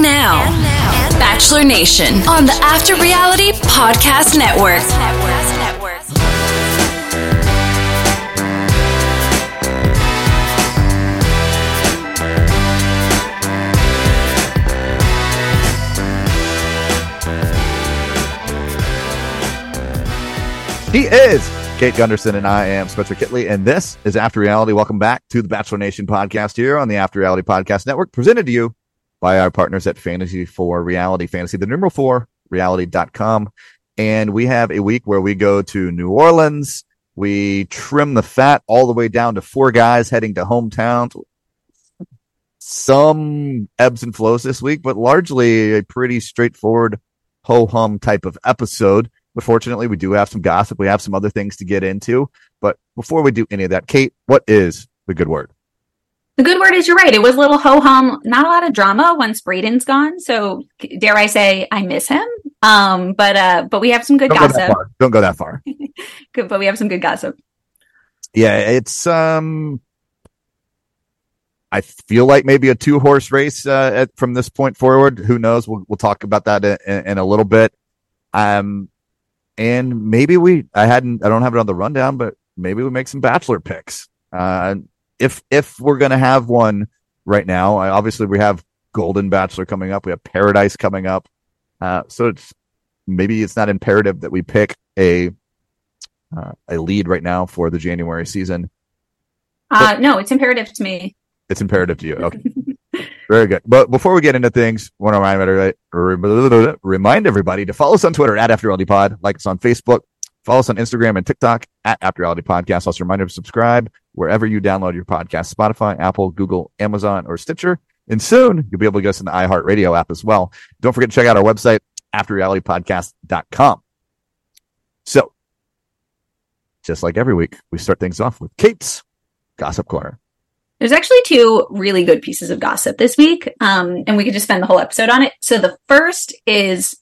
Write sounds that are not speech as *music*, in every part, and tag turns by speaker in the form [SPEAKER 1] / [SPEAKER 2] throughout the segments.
[SPEAKER 1] now, Bachelor Nation on the After Reality Podcast Network.
[SPEAKER 2] He is Kate Gunderson, and I am Spencer Kitley, and this is After Reality. Welcome back to the Bachelor Nation podcast here on the After Reality Podcast Network, presented to you by our partners at Fantasy for Reality, Fantasy, the numeral four, reality.com. And we have a week where we go to New Orleans. We trim the fat all the way down to four guys heading to hometowns. Some ebbs and flows this week, but largely a pretty straightforward ho hum type of episode. But fortunately, we do have some gossip. We have some other things to get into. But before we do any of that, Kate, what is the good word?
[SPEAKER 3] The good word is you're right. It was a little ho hum, not a lot of drama once Braden's gone. So dare I say I miss him. Um, but uh, but we have some good
[SPEAKER 2] Don't go that
[SPEAKER 3] gossip.
[SPEAKER 2] far. Don't go that far.
[SPEAKER 3] Good, but we have some good gossip.
[SPEAKER 2] Yeah, it's um I feel like maybe a two horse race uh, at, from this point forward. Who knows? We'll we'll talk about that in, in a little bit. Um and maybe we I hadn't I don't have it on the rundown, but maybe we make some bachelor picks. Uh if if we're going to have one right now, I, obviously we have Golden Bachelor coming up, we have Paradise coming up. Uh so it's maybe it's not imperative that we pick a uh, a lead right now for the January season.
[SPEAKER 3] Uh, no, it's imperative to me.
[SPEAKER 2] It's imperative to you. Okay. Very good. But before we get into things, want to remind everybody, remind everybody to follow us on Twitter at After Reality Pod, like us on Facebook, follow us on Instagram and TikTok at After Reality Podcast. Also, reminder to subscribe wherever you download your podcast Spotify, Apple, Google, Amazon, or Stitcher. And soon you'll be able to get us in the iHeartRadio app as well. Don't forget to check out our website, afterrealitypodcast.com. So, just like every week, we start things off with Kate's Gossip Corner.
[SPEAKER 3] There's actually two really good pieces of gossip this week, um, and we could just spend the whole episode on it. So the first is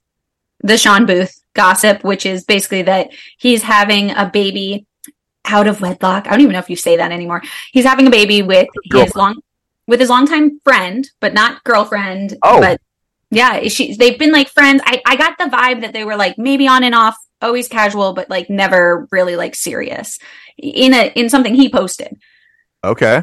[SPEAKER 3] the Sean Booth gossip, which is basically that he's having a baby out of wedlock. I don't even know if you say that anymore. He's having a baby with his
[SPEAKER 2] Girlfriend.
[SPEAKER 3] long with his longtime friend, but not girlfriend.
[SPEAKER 2] Oh.
[SPEAKER 3] But yeah, she they've been like friends. I, I got the vibe that they were like maybe on and off, always casual, but like never really like serious. In a in something he posted.
[SPEAKER 2] Okay.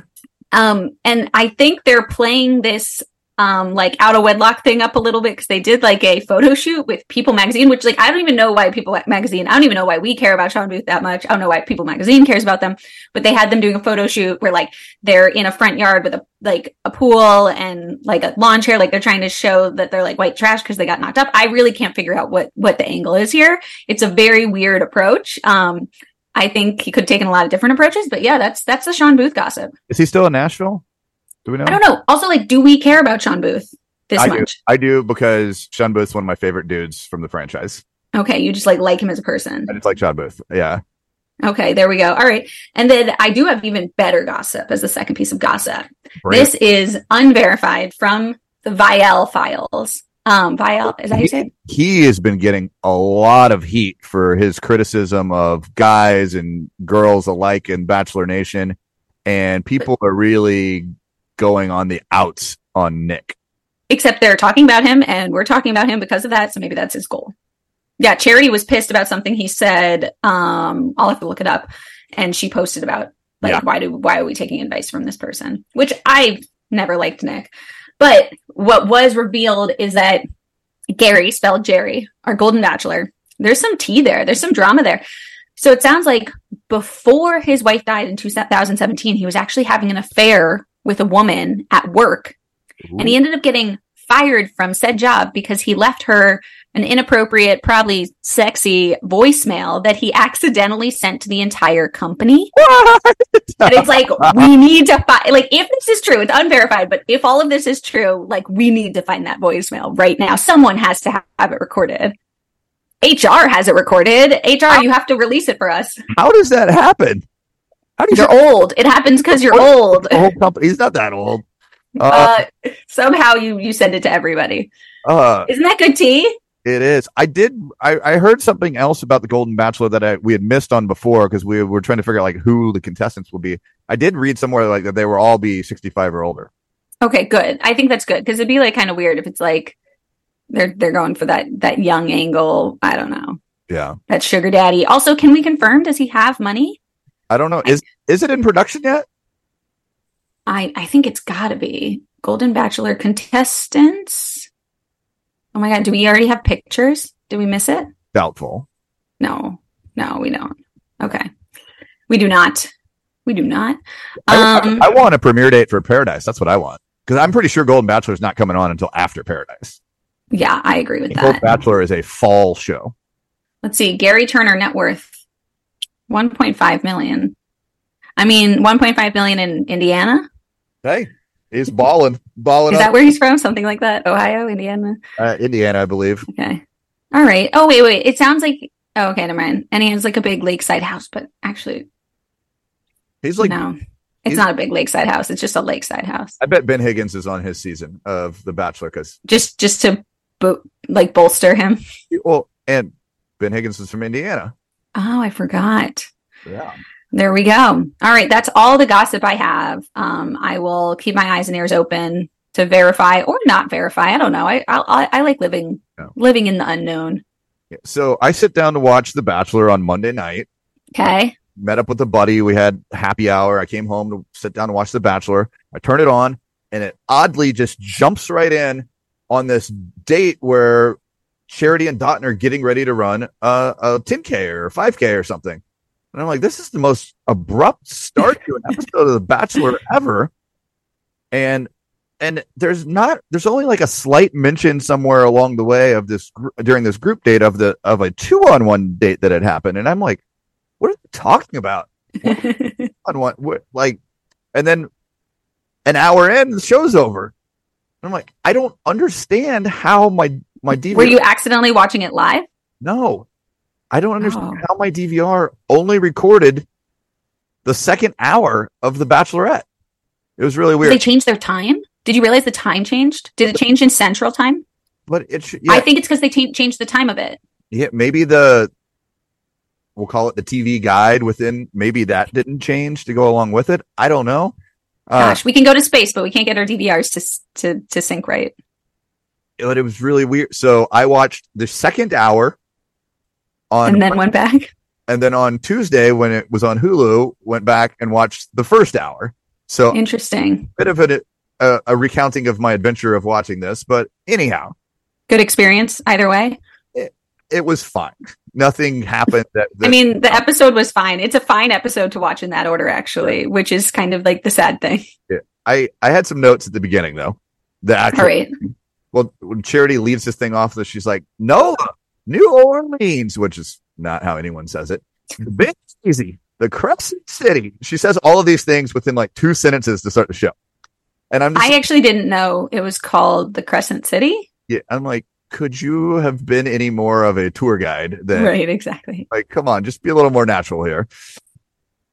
[SPEAKER 3] Um, and I think they're playing this um like out of wedlock thing up a little bit because they did like a photo shoot with People magazine, which like I don't even know why People magazine. I don't even know why we care about Sean Booth that much. I don't know why People magazine cares about them, but they had them doing a photo shoot where like they're in a front yard with a like a pool and like a lawn chair, like they're trying to show that they're like white trash because they got knocked up. I really can't figure out what what the angle is here. It's a very weird approach. Um, I think he could have taken a lot of different approaches, but yeah, that's that's the Sean Booth gossip.
[SPEAKER 2] Is he still in Nashville? Do we know?
[SPEAKER 3] I don't know. Also, like, do we care about Sean Booth this
[SPEAKER 2] I do.
[SPEAKER 3] much?
[SPEAKER 2] I do because Sean Booth's one of my favorite dudes from the franchise.
[SPEAKER 3] Okay, you just like like him as a person.
[SPEAKER 2] I just like Sean Booth. Yeah.
[SPEAKER 3] Okay, there we go. All right, and then I do have even better gossip as the second piece of gossip.
[SPEAKER 2] Bring
[SPEAKER 3] This is unverified from the Vial files. Um, Vial is that how you say? it?
[SPEAKER 2] it. He has been getting a lot of heat for his criticism of guys and girls alike in Bachelor Nation. And people are really going on the outs on Nick. *laughs*
[SPEAKER 3] Except they're talking about him, and we're talking about him because of that. So maybe that's his goal. Yeah, Charity was pissed about something he said. Um, I'll have to look it up, and she posted about like
[SPEAKER 2] Yeah.
[SPEAKER 3] why do why are we taking advice from this person? Which I never liked Nick. But what was revealed is that Gary spelled Jerry, our golden bachelor. There's some tea there. There's some drama there. So it sounds like before his wife died in 2017, he was actually having an affair with a woman at work. And he ended up getting fired from said job because he left her an inappropriate, probably sexy voicemail that he accidentally sent to the entire company. And it's like, we need to find, like, if this is true, it's unverified, but if all of this is true, like, we need to find that voicemail right now. Someone has to ha- have it recorded. HR has it recorded. HR, you have to release it for us.
[SPEAKER 2] How does that happen? How do you
[SPEAKER 3] You're old. It happens because you're old.
[SPEAKER 2] the whole company? He's not that old. Uh,
[SPEAKER 3] Uh, somehow you you send it to everybody.
[SPEAKER 2] uh,
[SPEAKER 3] Isn't that good tea?
[SPEAKER 2] It is. I did. I, I heard something else about the Golden Bachelor that I, we had missed on before because we were trying to figure out like who the contestants will be. I did read somewhere like that they were all be sixty five or older.
[SPEAKER 3] Okay, good. I think that's good because it'd be like kind of weird if it's like They're they're going for that that young angle. I don't know.
[SPEAKER 2] Yeah.
[SPEAKER 3] That sugar daddy. Also, can we confirm does he have money?
[SPEAKER 2] I don't know. Is is it in production yet?
[SPEAKER 3] I I think it's got to be Golden Bachelor contestants. Oh my god, do we already have pictures? Did we miss it?
[SPEAKER 2] Doubtful.
[SPEAKER 3] No. No, we don't. Okay. We do not. We do not.
[SPEAKER 2] I-
[SPEAKER 3] Um
[SPEAKER 2] I, I want a premiere date for Paradise. That's what I want. Because I'm pretty sure Golden Bachelor is not coming on until after Paradise.
[SPEAKER 3] yeah, I agree with
[SPEAKER 2] Golden
[SPEAKER 3] that.
[SPEAKER 2] Bachelor is a fall show.
[SPEAKER 3] Let's see. Gary Turner net worth 1.5 million. I mean, 1.5 million in Indiana.
[SPEAKER 2] Hey, *laughs* he's balling, balling
[SPEAKER 3] Is that
[SPEAKER 2] up
[SPEAKER 3] where he's from? Something like that? Ohio, Indiana.
[SPEAKER 2] uh, Indiana, I believe.
[SPEAKER 3] Okay. All right. Oh wait, wait. It sounds like oh, okay, never mind. And he has like a big lakeside house, but actually
[SPEAKER 2] He's like,
[SPEAKER 3] no. It's
[SPEAKER 2] he's-
[SPEAKER 3] not a big lakeside house. It's just a lakeside house.
[SPEAKER 2] I bet Ben Higgins is on his season of The Bachelor because
[SPEAKER 3] Just just to bo- like bolster him.
[SPEAKER 2] well, and Ben Higgins is from Indiana.
[SPEAKER 3] Oh, I forgot.
[SPEAKER 2] Yeah,
[SPEAKER 3] There we go. All right, that's all the gossip I have. Um, I will keep my eyes and ears open to verify or not verify. I don't know. I I, I- I like living
[SPEAKER 2] Yeah.
[SPEAKER 3] living in the unknown.
[SPEAKER 2] So I sit down to watch The Bachelor on Monday night.
[SPEAKER 3] Okay.
[SPEAKER 2] Met up with a buddy. We had happy hour. I came home to sit down and watch The Bachelor. I turn it on, and it oddly just jumps right in on this date where Charity and Dotton are getting ready to run uh, a 10K or 5K or something. And I'm like, this is the most abrupt start to an episode of The Bachelor ever. And and there's not there's only like a slight mention somewhere along the way of this gr- during this group date of the of a two on one date that had happened. And I'm like, what are they talking about? on one what- like and then an hour in the show's over And i'm like i don't understand how my my dvr
[SPEAKER 3] *laughs* Were you accidentally watching it live?
[SPEAKER 2] no i don't understand
[SPEAKER 3] Oh.
[SPEAKER 2] how my dvr only recorded the second hour of the bachelorette it was really
[SPEAKER 3] Did they
[SPEAKER 2] weird
[SPEAKER 3] change their time? Did you realize the time changed? Did it change in Central Time?
[SPEAKER 2] but it should yeah,
[SPEAKER 3] I think it's because they ta- changed the time of it.
[SPEAKER 2] yeah maybe the we'll call it the tv guide within maybe that didn't change to go along with it i don't know uh,
[SPEAKER 3] Gosh, we can go to space, but we can't get our DVRs to s- to to sync right.
[SPEAKER 2] but it was really weird so i watched the second hour on
[SPEAKER 3] and then went back.
[SPEAKER 2] and then on Tuesday when it was on Hulu, went back and watched the first hour. So a
[SPEAKER 3] Interesting.
[SPEAKER 2] bit of a, a, a recounting of my adventure of watching this, but anyhow,
[SPEAKER 3] Good experience either way.
[SPEAKER 2] it was fine. Nothing happened that, that
[SPEAKER 3] I mean, the episode was fine. It's a fine episode to watch in that order, actually, which is kind of like the sad thing.
[SPEAKER 2] I I had some notes at the beginning though. The actual
[SPEAKER 3] All right.
[SPEAKER 2] well, when Charity leaves this thing off, she's like Nola, New Orleans, which is not how anyone says it. The Big Easy, the Crescent City. She says all of these things within like two sentences to start the show, and I'm just
[SPEAKER 3] I actually didn't know it was called the Crescent City.
[SPEAKER 2] yeah, I'm like, could you have been any more of a tour guide than
[SPEAKER 3] Right, exactly.
[SPEAKER 2] like, come on, just be a little more natural here.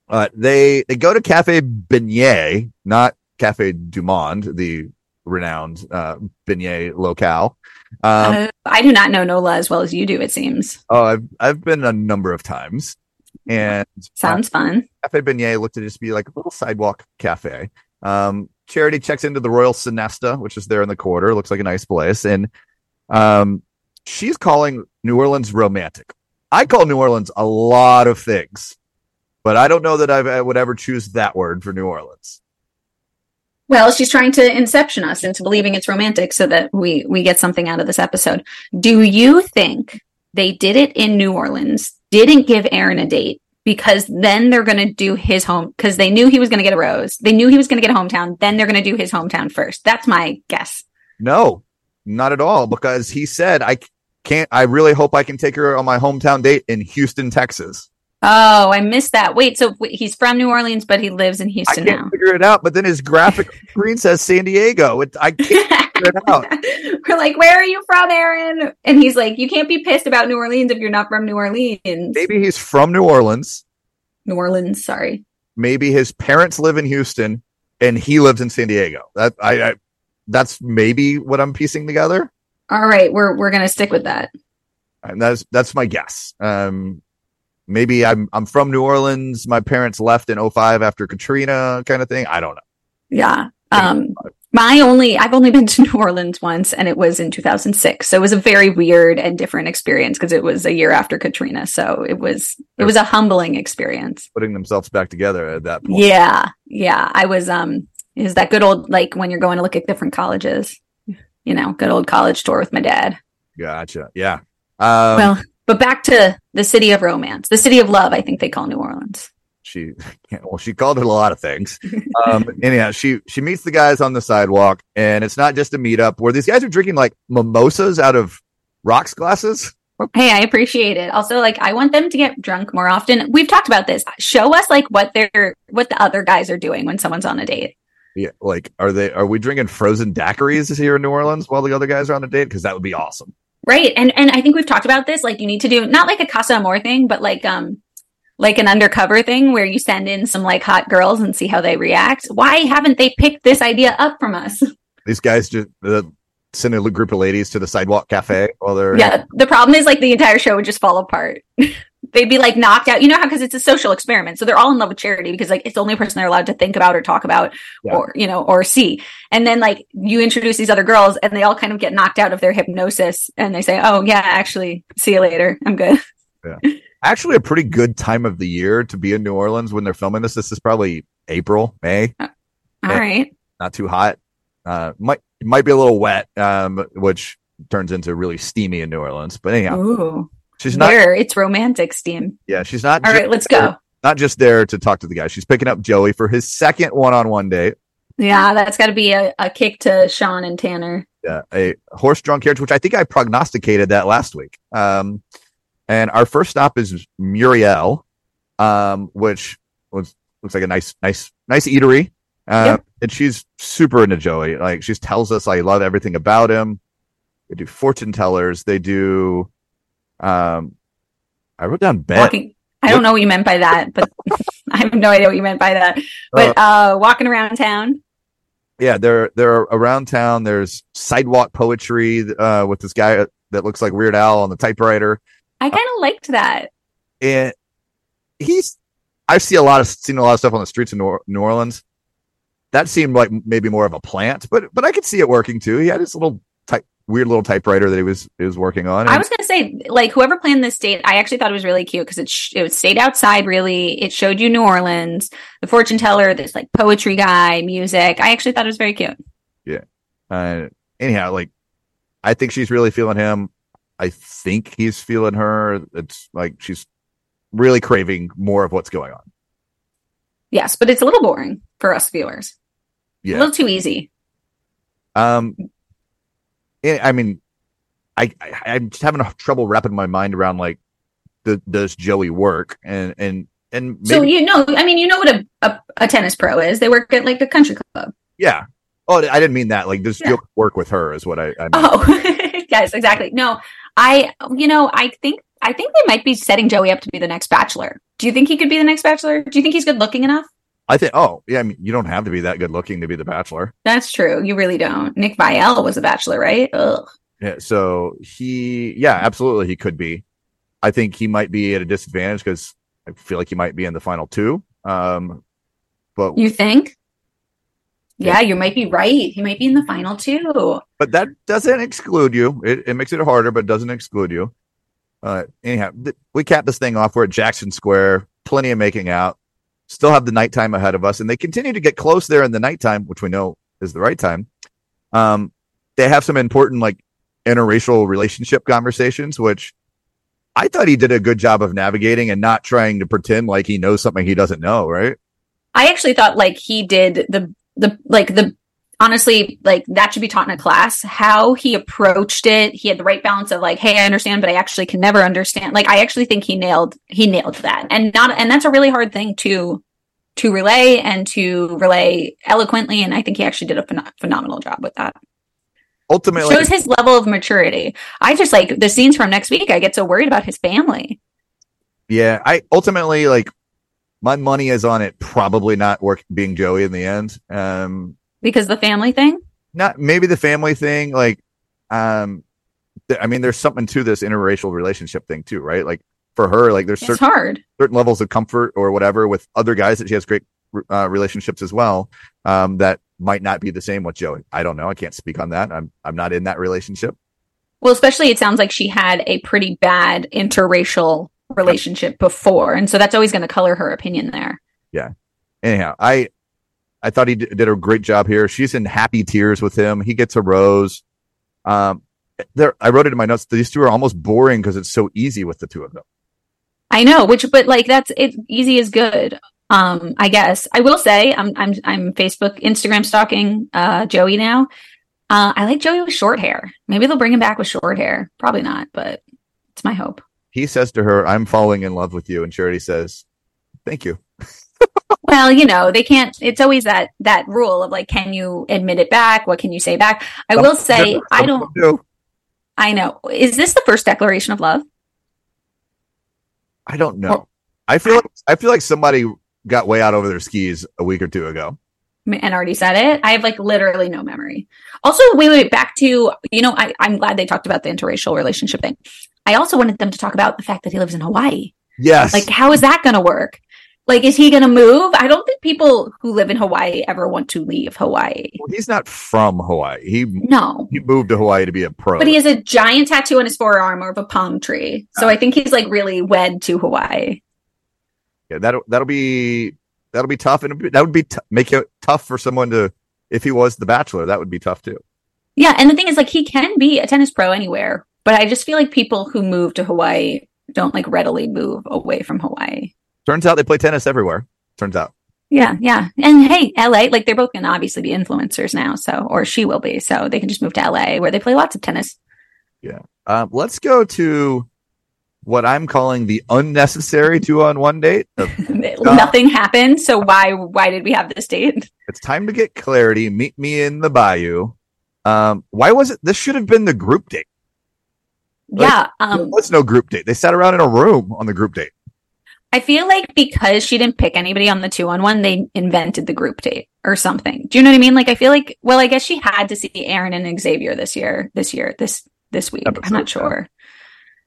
[SPEAKER 2] Uh, they they go to Cafe Beignet, not Cafe Du Monde, the renowned uh, beignet locale. Um,
[SPEAKER 3] Uh, I do not know Nola as well as you do, it seems.
[SPEAKER 2] oh, I've I've been a number of times, and
[SPEAKER 3] Sounds fun.
[SPEAKER 2] Cafe Beignet looked to just be like a little sidewalk cafe. Um, Charity checks into the Royal Sinesta, which is there in the corridor. Looks like a nice place. And um, she's calling New Orleans romantic. I call New Orleans a lot of things, but I don't know that I've, I would ever choose that word for New Orleans.
[SPEAKER 3] Well, she's trying to inception us into believing it's romantic so that we we get something out of this episode. Do you think they did it in New Orleans? Didn't give Aaron a date because then they're going to do his home cuz they knew he was going to get a rose. They knew he was going to get a hometown, then they're going to do his hometown first. That's my guess.
[SPEAKER 2] No, not at all, because he said, I can't, I really hope I can take her on my hometown date in Houston, Texas.
[SPEAKER 3] Oh, I missed that. Wait, so w- he's from New Orleans but he lives in
[SPEAKER 2] I
[SPEAKER 3] Houston
[SPEAKER 2] can't *laughs*
[SPEAKER 3] now. *laughs*
[SPEAKER 2] figure it out, but then his graphic screen says San Diego. It, I can't figure it
[SPEAKER 3] *laughs*
[SPEAKER 2] out.
[SPEAKER 3] We're like, "Where are you from, Aaron?" And he's like, "You can't be pissed about New Orleans if you're not from New Orleans."
[SPEAKER 2] maybe he's from New Orleans.
[SPEAKER 3] New Orleans, sorry.
[SPEAKER 2] Maybe his parents live in Houston and he lives in San Diego. That I, I that's maybe what I'm piecing together.
[SPEAKER 3] All right, we're we're gonna stick with that.
[SPEAKER 2] And that's that's my guess. Um maybe I'm I'm from New oh Orleans. My parents left in 05 after Katrina kind of thing. I don't know.
[SPEAKER 3] Yeah. Um My only, I've only been to *laughs* New Orleans once and it was in 2006. So it was a very weird and different experience because it was a year after Katrina. So it was, it was a humbling experience.
[SPEAKER 2] Putting themselves back together at that point.
[SPEAKER 3] Yeah. Yeah. I was, um, is that good old, like when you're going to look at different colleges, you know, good old college tour with my dad.
[SPEAKER 2] Gotcha. Yeah. Um,
[SPEAKER 3] well, but back to the city of romance, the city of love, I think they call New Orleans.
[SPEAKER 2] she *laughs* yeah, well she called it a lot of things um anyhow she she meets the guys on the sidewalk and it's not just a meetup where these guys are drinking like mimosas out of rocks glasses
[SPEAKER 3] Hey, I appreciate it. Also, like, I want them to get drunk more often. We've talked about this. Show us like what they're, what the other guys are doing when someone's on a date.
[SPEAKER 2] yeah like are they are we drinking frozen daiquiris here in new orleans while the other guys are on a date because that would be awesome
[SPEAKER 3] Right. And, and I think we've talked about this. Like, you need to do not like a Casa Amor thing, but like, um, like an undercover thing where you send in some like hot girls and see how they react. Why haven't they picked this idea up from us? *laughs*
[SPEAKER 2] these guys just uh, send a group of ladies to the sidewalk cafe while they're
[SPEAKER 3] Yeah. The problem is like the entire show would just fall apart. *laughs* They'd be like knocked out. You know how, cause it's a social experiment. So they're all in love with charity because like it's the only person they're allowed to think about or talk about
[SPEAKER 2] Yeah.
[SPEAKER 3] or, you know, or see. And then like you introduce these other girls and they all kind of get knocked out of their hypnosis and they say, Oh yeah, actually see you later. I'm good.
[SPEAKER 2] actually a pretty good time of the year to be in new orleans when they're filming this this is probably april may
[SPEAKER 3] All
[SPEAKER 2] Yeah.
[SPEAKER 3] right.
[SPEAKER 2] not too hot. Uh, might it might be a little wet, um, which turns into really steamy in New Orleans. But anyhow,
[SPEAKER 3] Ooh.
[SPEAKER 2] she's not.
[SPEAKER 3] Mm-hmm. There, it's romantic steam.
[SPEAKER 2] Yeah, she's not.
[SPEAKER 3] All
[SPEAKER 2] ju-
[SPEAKER 3] right, let's go.
[SPEAKER 2] Not just there to talk to the guy. She's picking up Joey for his second one-on-one date.
[SPEAKER 3] Yeah, that's got to be a, a kick to Sean and Tanner.
[SPEAKER 2] Yeah, uh, a horse-drawn carriage, which I think I prognosticated that last week. Um, and our first stop is Muriel, um, which was looks like a nice, nice, nice eatery. Uh, And she's super into Joey. Like she tells us, I love everything about him. They do fortune tellers. They do. Um, I wrote down bet.
[SPEAKER 3] Walking. I don't know what you meant by that, but *laughs* I have no idea what you meant by that. But uh, walking around town.
[SPEAKER 2] yeah, they're they're around town. There's sidewalk poetry uh, with this guy that looks like Weird Al on the typewriter.
[SPEAKER 3] I kind of liked that.
[SPEAKER 2] and he's I see a lot of seen a lot of stuff on the streets of New, Or- New Orleans. That seemed like maybe more of a plant, but but I could see it working too. He had his little type weird little typewriter that he was he was working on.
[SPEAKER 3] I
[SPEAKER 2] and
[SPEAKER 3] was gonna say, like, whoever planned this date, I actually thought it was really cute because it sh- it stayed outside. Really, it showed you New Orleans, the fortune teller, this like poetry guy, music. I actually thought it was very cute.
[SPEAKER 2] uh, anyhow, like I think she's really feeling him. I think he's feeling her. It's like she's really craving more of what's going on.
[SPEAKER 3] Yes, but it's a little boring for us viewers.
[SPEAKER 2] Yeah.
[SPEAKER 3] A little too easy.
[SPEAKER 2] Um, yeah, I mean, I, I I'm just having a trouble wrapping my mind around like, the, does Joey work? And and and maybe,
[SPEAKER 3] So you know, I mean, you know what a, a a tennis pro is. They work at like a country club.
[SPEAKER 2] yeah. Oh, I didn't mean that. Like, does
[SPEAKER 3] Yeah.
[SPEAKER 2] Joey work with her? Is what I. I meant.
[SPEAKER 3] Oh, *laughs* yes, exactly. No, I, you know, I think I think they might be setting Joey up to be the next bachelor. Do you think he could be the next bachelor? Do you think he's good looking enough?
[SPEAKER 2] I think. Oh, yeah. I mean, you don't have to be that good looking to be the Bachelor.
[SPEAKER 3] That's true. You really don't. Nick Vial was a bachelor, right? Ugh.
[SPEAKER 2] Yeah. So he, yeah, absolutely, he could be. I think he might be at a disadvantage because I feel like he might be in the final two. Um, but
[SPEAKER 3] You think?
[SPEAKER 2] Yeah.
[SPEAKER 3] Yeah, you might be right. He might be in the final two.
[SPEAKER 2] but that doesn't exclude you. It, it makes it harder, but doesn't exclude you. Uh, anyhow, th- we cap this thing off. We're at Jackson Square. Plenty of making out. Still have the nighttime ahead of us, and they continue to get close there in the nighttime, which we know is the right time. Um, they have some important like interracial relationship conversations, which I thought he did a good job of navigating and not trying to pretend like he knows something he doesn't know. Right?
[SPEAKER 3] I actually thought like he did the the like the honestly like that should be taught in a class how he approached it he had the right balance of like hey i understand but i actually can never understand like i actually think he nailed he nailed that and not and that's a really hard thing to to relay and to relay eloquently and i think he actually did a phen- phenomenal job with that
[SPEAKER 2] Ultimately,
[SPEAKER 3] shows his level of maturity i just like the scenes from next week i get so worried about his family
[SPEAKER 2] Yeah, I ultimately like my money is on it probably not work being Joey in the end. Um
[SPEAKER 3] because the family thing
[SPEAKER 2] not maybe the family thing like um th- I mean there's something to this interracial relationship thing too, right? Like for her like there's
[SPEAKER 3] it's
[SPEAKER 2] certain
[SPEAKER 3] hard
[SPEAKER 2] certain levels of comfort or whatever with other guys that she has great uh, relationships as well um, that might not be the same with Joey. I don't know. I can't speak on that. I'm I'm not in that relationship.
[SPEAKER 3] Well, especially it sounds like she had a pretty bad interracial relationship before, and so that's always going to color her opinion there.
[SPEAKER 2] Anyhow, I I thought he d- did a great job here. She's in happy tears with him. He gets a rose. Um, there, I wrote it in my notes. These two are almost boring because it's so easy with the two of them.
[SPEAKER 3] I know, which but like that's it easy is good. Um, I guess I will say I'm I'm I'm Facebook Instagram stalking uh Joey now. Uh I like Joey with short hair. Maybe they'll bring him back with short hair. Probably not, but it's my hope.
[SPEAKER 2] He says to her, "I'm falling in love with you," and Charity says, "Thank you."
[SPEAKER 3] Well, you know, they can't it's always that that rule of like can you admit it back? What can you say back? I will say I don't
[SPEAKER 2] know.
[SPEAKER 3] I know. Is this the first declaration of love?
[SPEAKER 2] I don't know. I feel like, I feel like somebody got way out over their skis a week or two ago.
[SPEAKER 3] and already said it. I have like literally no memory. Also, wait, wait, back to you know, I, I'm glad they talked about the interracial relationship thing. I also wanted them to talk about the fact that he lives in Hawaii.
[SPEAKER 2] Yes,
[SPEAKER 3] Like, how is that going to work? Like, is he going to move? I don't think people who live in Hawaii ever want to leave Hawaii.
[SPEAKER 2] Well, he's not from Hawaii. He
[SPEAKER 3] No.
[SPEAKER 2] he moved to Hawaii to be a pro.
[SPEAKER 3] But he has a giant tattoo on his forearm of a palm tree. So I think he's like really wed to Hawaii.
[SPEAKER 2] yeah, that that'll be that'll be tough, and it'll be- that would be t- make it tough for someone to if he was the Bachelor. That would be tough too.
[SPEAKER 3] Yeah. And the thing is, like, he can be a tennis pro anywhere. But I just feel like people who move to Hawaii don't like readily move away from Hawaii.
[SPEAKER 2] Turns out they play tennis everywhere. Turns out,
[SPEAKER 3] Yeah, yeah. And hey, LA, like they're both going to obviously be influencers now. So, or she will be. So they can just move to LA where they play lots of
[SPEAKER 2] *laughs*
[SPEAKER 3] tennis. *laughs*
[SPEAKER 2] um, let's go to what I'm calling the unnecessary two on one date.
[SPEAKER 3] Nothing happened. So why, why did we have this date?
[SPEAKER 2] it's time to get clarity. Meet me in the bayou. Um, why was it? This should have been the group date. Like,
[SPEAKER 3] yeah.
[SPEAKER 2] there
[SPEAKER 3] Um,
[SPEAKER 2] was no group date. They sat around in a room on the group date.
[SPEAKER 3] I feel like because she didn't pick anybody on the two on one, they invented the group date or something. Do you know what I mean? Like, I feel like, well, I guess she had to see Aaron and Xavier this year, this year, this, this week. I'm
[SPEAKER 2] Episode,
[SPEAKER 3] not sure.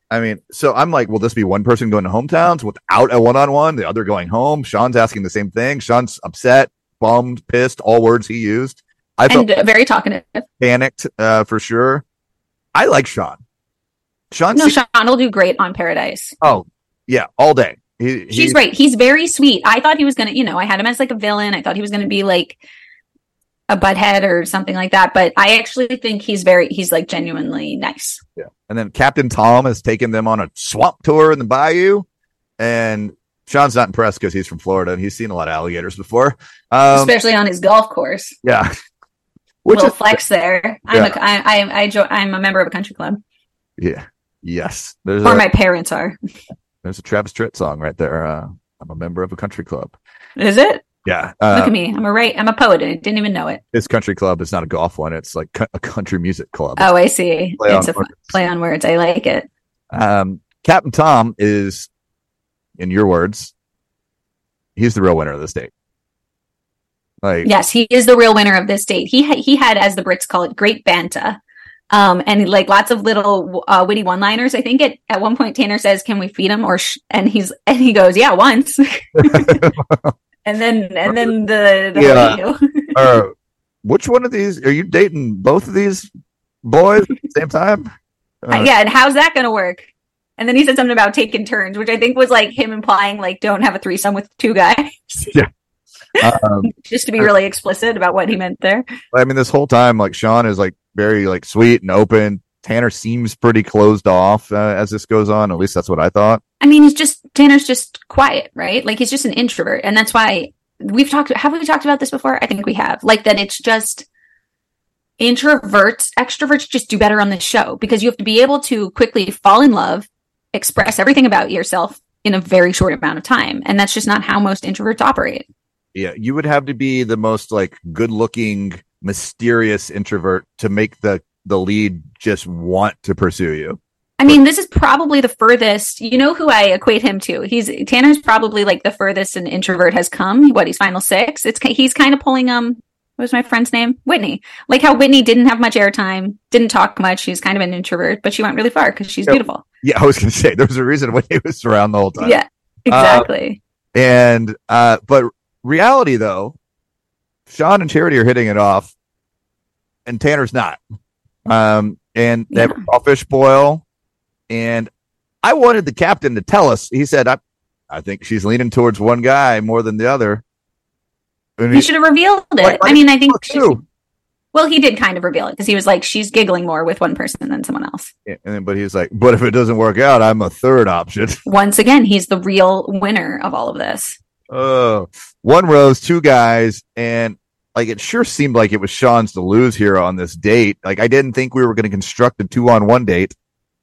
[SPEAKER 2] I mean, so I'm like, will this be one person going to hometowns without a one on one, the other going home? Sean's asking the same thing. Sean's upset, bummed, pissed, all words he used. I felt
[SPEAKER 3] And uh, very talkative.
[SPEAKER 2] panicked uh, for sure. I like Sean. Sean,
[SPEAKER 3] No,
[SPEAKER 2] seems-
[SPEAKER 3] Sean will do great on Paradise.
[SPEAKER 2] oh, yeah, all day. He,
[SPEAKER 3] She's
[SPEAKER 2] he-
[SPEAKER 3] right. He's very sweet. I thought he was gonna, you know, I had him as like a villain. I thought he was gonna be like a butthead or something like that. But I actually think he's very he's like genuinely nice.
[SPEAKER 2] And then Captain Tom has taken them on a swamp tour in the bayou. And Sean's not impressed because he's from Florida and he's seen a lot of alligators before. Um,
[SPEAKER 3] Especially on his golf course.
[SPEAKER 2] yeah. *laughs* Which
[SPEAKER 3] Which Little
[SPEAKER 2] is,
[SPEAKER 3] flex there. I'm
[SPEAKER 2] Yeah.
[SPEAKER 3] a, I, I, I jo- I'm a member of a country club.
[SPEAKER 2] yeah. Yes. There's
[SPEAKER 3] Or
[SPEAKER 2] a,
[SPEAKER 3] my parents are.
[SPEAKER 2] there's a Travis Tritt song right there. Uh, I'm a member of a country club.
[SPEAKER 3] Is it?
[SPEAKER 2] Yeah.
[SPEAKER 3] Look
[SPEAKER 2] Uh,
[SPEAKER 3] at me. I'm a right I'm a poet and I didn't even know it.
[SPEAKER 2] this country club is not a golf one. It's like cu- a country music club.
[SPEAKER 3] Oh, I see.
[SPEAKER 2] Play
[SPEAKER 3] it's
[SPEAKER 2] on
[SPEAKER 3] a fun
[SPEAKER 2] words.
[SPEAKER 3] play on words. I like it.
[SPEAKER 2] Um, Captain Tom is, in your words, he's the real winner of this date. Like,
[SPEAKER 3] Yes, he is the real winner of this date. He ha- he had, as the Brits call it, great banta, um, and like lots of little uh, witty one-liners. I think at at one point Tanner says, "Can we feed him?" Or sh-? and he's and he goes, "Yeah, once." and then and then the, the
[SPEAKER 2] Yeah.
[SPEAKER 3] you.
[SPEAKER 2] uh, which one of these are you dating? Both of these boys at the same
[SPEAKER 3] *laughs*
[SPEAKER 2] time? Uh,
[SPEAKER 3] yeah, and how's that going to work? And then he said something about taking turns, which I think was like him implying like don't have a threesome with two guys, *laughs*
[SPEAKER 2] um,
[SPEAKER 3] just to be really explicit about what he meant there.
[SPEAKER 2] I mean, this whole time, like Sean is like very like sweet and open. Tanner seems pretty closed off uh, as this goes on. At least that's what I thought.
[SPEAKER 3] I mean, he's just Tanner's just quiet, right? Like he's just an introvert, and that's why we've talked. Have we talked about this before? I think we have. Like that, it's just introverts, extroverts just do better on this show because you have to be able to quickly fall in love, express everything about yourself in a very short amount of time, and that's just not how most introverts operate.
[SPEAKER 2] Yeah, you would have to be the most like good-looking, mysterious introvert to make the the lead just want to pursue you.
[SPEAKER 3] I mean, this is probably the furthest. You know who I equate him to? He's Tanner's probably like the furthest an introvert has come. What he's final six. It's ki- he's kind of pulling um. What was my friend's name? Whitney. Like how Whitney didn't have much airtime, didn't talk much. She's kind of an introvert, but she went really far because she's
[SPEAKER 2] Yeah.
[SPEAKER 3] beautiful.
[SPEAKER 2] Yeah, I was gonna Uh, say there was a reason why he was around the whole time.
[SPEAKER 3] Yeah, exactly.
[SPEAKER 2] and uh but reality, though, Sean and Charity are hitting it off, and Tanner's not. Um, and that
[SPEAKER 3] Yeah.
[SPEAKER 2] raw fish boil, and I wanted the captain to tell us. He said, "I, I think she's leaning towards one guy more than the other." And
[SPEAKER 3] He should have revealed it.
[SPEAKER 2] Like,
[SPEAKER 3] I mean, I think.
[SPEAKER 2] "Fuck you."
[SPEAKER 3] Well, he did kind of reveal it because he was like, she's giggling more with one person than someone else.
[SPEAKER 2] And then, but he's like, "But if it doesn't work out, I'm a third option." *laughs*
[SPEAKER 3] Once again, he's the real winner of all of this.
[SPEAKER 2] Oh, one rose, two guys, and like it sure seemed like it was Sean's to lose here on this date. Like I didn't think we were going to construct a two-on-one date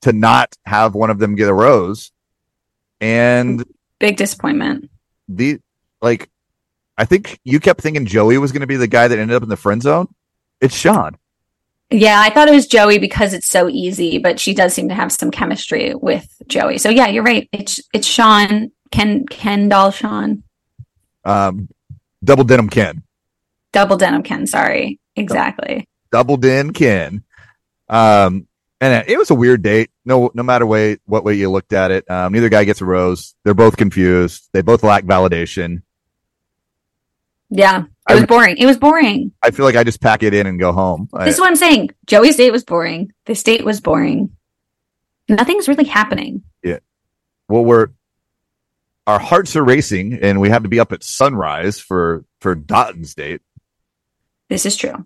[SPEAKER 2] to not have one of them get a rose, and
[SPEAKER 3] Big disappointment.
[SPEAKER 2] the like. I think you kept thinking Joey was going to be the guy that ended up in the friend zone. It's Sean.
[SPEAKER 3] Yeah, I thought it was Joey because it's so easy, but she does seem to have some chemistry with Joey. So yeah, you're right. It's it's Sean Ken Ken doll Sean
[SPEAKER 2] Um, double denim Ken.
[SPEAKER 3] double denim Ken. Sorry, exactly.
[SPEAKER 2] double din kin. Um, and it was a weird date. No, no matter way what way you looked at it, um, neither guy gets a rose. They're both confused. They both lack validation.
[SPEAKER 3] Yeah,
[SPEAKER 2] I
[SPEAKER 3] it was
[SPEAKER 2] would-
[SPEAKER 3] boring. It was boring.
[SPEAKER 2] I feel like I just pack it in and go home. I-
[SPEAKER 3] This is what I'm saying. Joey's date was boring. This date was boring. Nothing's really happening.
[SPEAKER 2] well, we're our hearts are racing, and we have to be up at sunrise for for Dotton's date.
[SPEAKER 3] This is true.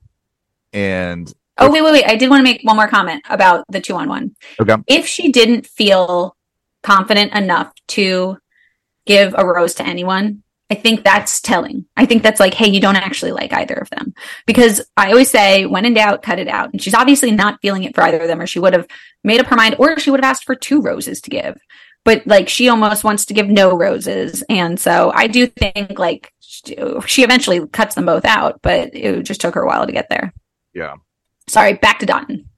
[SPEAKER 2] And
[SPEAKER 3] Oh, wait, wait, wait. I did want to make one more comment about the two on one.
[SPEAKER 2] Okay.
[SPEAKER 3] If she didn't feel confident enough to give a rose to anyone, I think that's telling. I think that's like, hey, you don't actually like either of them. Because I always say, when in doubt, cut it out. And she's obviously not feeling it for either of them, or she would have made up her mind, or she would have asked for two roses to give. But like, she almost wants to give no roses. And so I do think like she she eventually cuts them both out, but it just took her a while to get there.
[SPEAKER 2] Yeah.
[SPEAKER 3] Sorry, back to Dotton.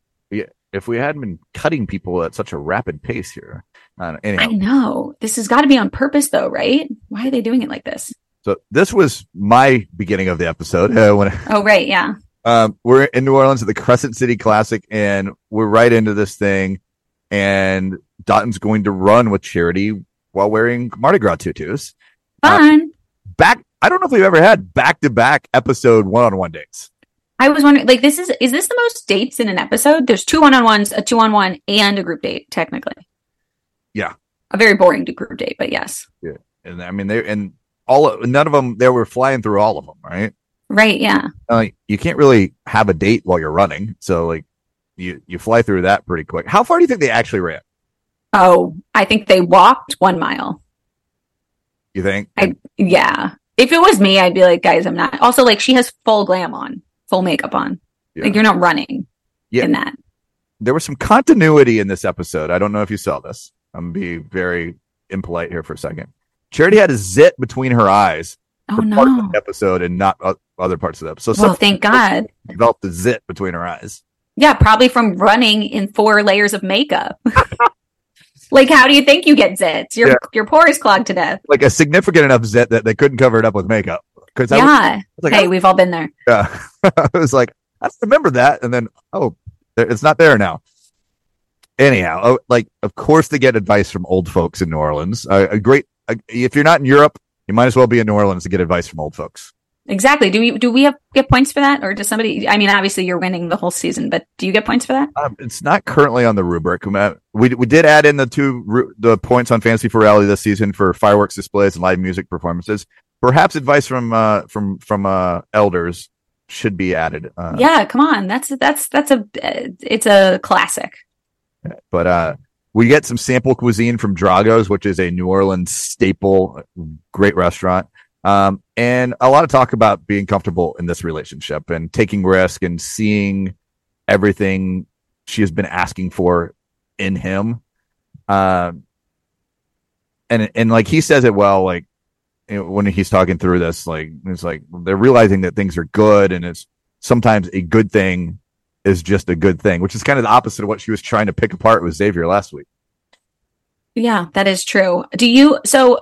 [SPEAKER 2] if we hadn't been cutting people at such a rapid pace here, uh,
[SPEAKER 3] I
[SPEAKER 2] anyhow,
[SPEAKER 3] know. This has got to be on purpose, though, right? Why are they doing it like this?
[SPEAKER 2] so this was my beginning of the episode uh, when
[SPEAKER 3] Oh, right. Yeah.
[SPEAKER 2] Um, we're in New Orleans at the Crescent City Classic, and we're right into this thing. And Dotton's going to run with Charity while wearing Mardi Gras tutus. Uh,
[SPEAKER 3] Fun.
[SPEAKER 2] Back, I don't know if we've ever had back to back episode one on one dates.
[SPEAKER 3] I was wondering, like, this is, is this the most dates in an episode? There's two one on ones, a two on one, and a group date, technically.
[SPEAKER 2] Yeah.
[SPEAKER 3] A very boring group date, but yes.
[SPEAKER 2] And I mean, they and all of- none of them they were flying through all of them, right?
[SPEAKER 3] Right. Yeah.
[SPEAKER 2] Like you can't really have a date while you're running, so like you you fly through that pretty quick. How far do you think they actually ran?
[SPEAKER 3] Oh, I think they walked one mile.
[SPEAKER 2] You think?
[SPEAKER 3] I- Yeah. If it was me, I'd be like, guys, I'm not. Also, like, she has full glam on, full makeup on.
[SPEAKER 2] Yeah.
[SPEAKER 3] Like, you're not running
[SPEAKER 2] Yeah.
[SPEAKER 3] in that.
[SPEAKER 2] there was some continuity in this episode. I don't know if you saw this. I'm gonna be very impolite here for a second. Charity had a zit between her eyes
[SPEAKER 3] Oh,
[SPEAKER 2] for part
[SPEAKER 3] no.
[SPEAKER 2] of the episode and not o- other parts of the episode. So
[SPEAKER 3] Well,
[SPEAKER 2] something
[SPEAKER 3] thank God.
[SPEAKER 2] developed a zit between her eyes.
[SPEAKER 3] Yeah, probably from running in four layers of makeup. *laughs* like, how do you think you get zits? Your
[SPEAKER 2] Yeah.
[SPEAKER 3] your pores clogged to death.
[SPEAKER 2] Like a significant enough zit that they couldn't cover it up with makeup. Because I, was-
[SPEAKER 3] yeah.
[SPEAKER 2] I was like,
[SPEAKER 3] hey, we've all been there.
[SPEAKER 2] oh, yeah. *laughs* I was like, I remember that, and then oh, there- it's not there now. Anyhow, oh, like of course they get advice from old folks in New Orleans. A, a great a, if you're not in Europe, you might as well be in New Orleans to get advice from old folks.
[SPEAKER 3] Exactly. Do we do we have get points for that, or does somebody? I mean, obviously you're winning the whole season, but do you get points for that?
[SPEAKER 2] *laughs* Um, it's not currently on the rubric. Uh, We we did add in the two ru- the points on Fantasy for Reality this season for fireworks displays and live music performances. Perhaps advice from uh, from from uh, elders should be added. Uh,
[SPEAKER 3] yeah, come on. That's that's that's a uh, it's a classic.
[SPEAKER 2] But uh, we get some sample cuisine from Drago's, which is a New Orleans staple, great restaurant. Um, and a lot of talk about being comfortable in this relationship and taking risk and seeing everything she has been asking for in him. Um, and and like he says it well, like you know, when he's talking through this, like it's like they're realizing that things are good, and it's sometimes a good thing is just a good thing, which is kind of the opposite of what she was trying to pick apart with Xavier last week.
[SPEAKER 3] Yeah, that is true. Do you so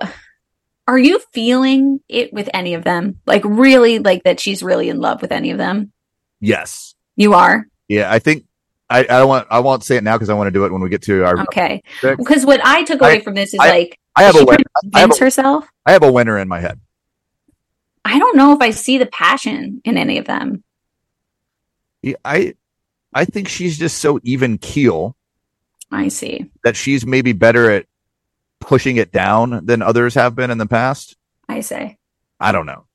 [SPEAKER 3] are you feeling it with any of them? Like really like that she's really in love with any of them?
[SPEAKER 2] Yes.
[SPEAKER 3] You are?
[SPEAKER 2] Yeah, I think I, I don't want I won't say it now because I want to do it when we get to our.
[SPEAKER 3] Okay. Because what I took
[SPEAKER 2] I-
[SPEAKER 3] away from this is
[SPEAKER 2] I-
[SPEAKER 3] like
[SPEAKER 2] I have
[SPEAKER 3] she
[SPEAKER 2] a winner.
[SPEAKER 3] pretty
[SPEAKER 2] I have
[SPEAKER 3] convince herself.
[SPEAKER 2] I have a winner in my head.
[SPEAKER 3] I don't know if I see the passion in any of them.
[SPEAKER 2] Yeah, I I think she's just so even keel
[SPEAKER 3] I see.
[SPEAKER 2] that she's maybe better at pushing it down than others have been in the past.
[SPEAKER 3] I say.
[SPEAKER 2] I don't know.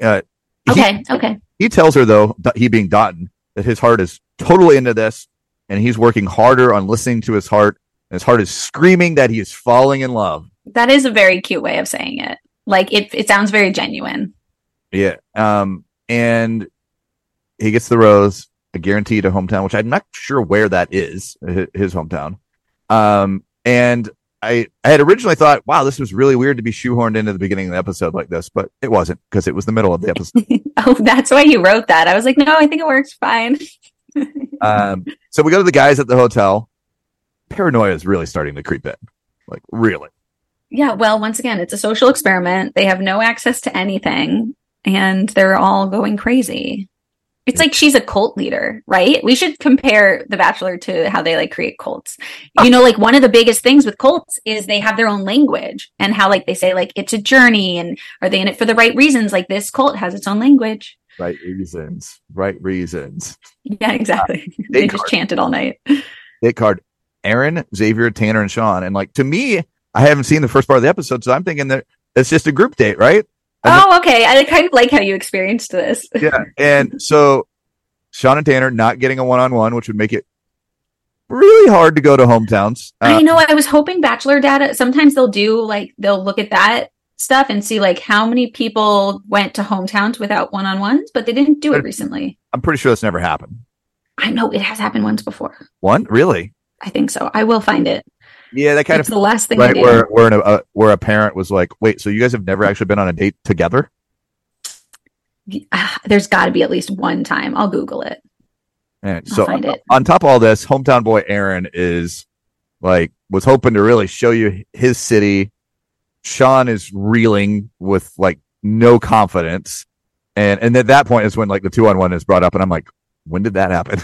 [SPEAKER 2] Uh, he-
[SPEAKER 3] Okay. okay.
[SPEAKER 2] He tells her though, that he being Dotton, that his heart is totally into this, and he's working harder on listening to his heart. And his heart is screaming that he is falling in love.
[SPEAKER 3] That is a very cute way of saying it. Like it it sounds very genuine. *laughs*
[SPEAKER 2] Yeah. Um, and he gets the rose, a guarantee to hometown, which I'm not sure where that is, hi- his hometown. Um, and I, I had originally thought, wow, this was really weird to be shoehorned into the beginning of the episode like this, but it wasn't because it was the middle of the episode.
[SPEAKER 3] oh, that's why you wrote that. I was like, no, I think it works fine.
[SPEAKER 2] um, so we go to the guys at the hotel. Paranoia is really starting to creep in, like really.
[SPEAKER 3] Yeah, well, once again, it's a social experiment. They have no access to anything and they're all going crazy. It's like she's a cult leader, right? We should compare The Bachelor to how they like create cults. You know, like one of the biggest things with cults is they have their own language and how like they say like it's a journey and are they in it for the right reasons? Like this cult has its own language.
[SPEAKER 2] Right reasons. Right reasons.
[SPEAKER 3] Yeah, exactly. they just chanted all night.
[SPEAKER 2] Dick card Aaron, Xavier, Tanner, and Sean. And like to me, I haven't seen the first part of the episode, so I'm thinking that it's just a group date, right? I
[SPEAKER 3] Oh, okay. I kind of like how you experienced this.
[SPEAKER 2] Yeah. And so Sean and Tanner not getting a one on one, which would make it really hard to go to hometowns.
[SPEAKER 3] I
[SPEAKER 2] Uh,
[SPEAKER 3] know. I was hoping bachelor data. Sometimes they'll do like they'll look at that stuff and see like how many people went to hometowns without one on ones, but they didn't do it
[SPEAKER 2] But-
[SPEAKER 3] recently.
[SPEAKER 2] I'm pretty sure that's never happened.
[SPEAKER 3] I know it has happened once before.
[SPEAKER 2] One really?
[SPEAKER 3] I think so. I will find it.
[SPEAKER 2] Yeah, that kind
[SPEAKER 3] it's
[SPEAKER 2] of
[SPEAKER 3] the last thing I
[SPEAKER 2] right
[SPEAKER 3] do.
[SPEAKER 2] where where an, uh, where a parent was like, "Wait, so you guys have never actually been on a date together?"
[SPEAKER 3] Ah, There's got to be at least one time. I'll Google it.
[SPEAKER 2] And
[SPEAKER 3] I'll
[SPEAKER 2] so
[SPEAKER 3] find it.
[SPEAKER 2] on top of all this, hometown boy Aaron is like was hoping to really show you his city. Sean is reeling with like no confidence, and and at that point is when like the two on one is brought up, and I'm like, when did that happen?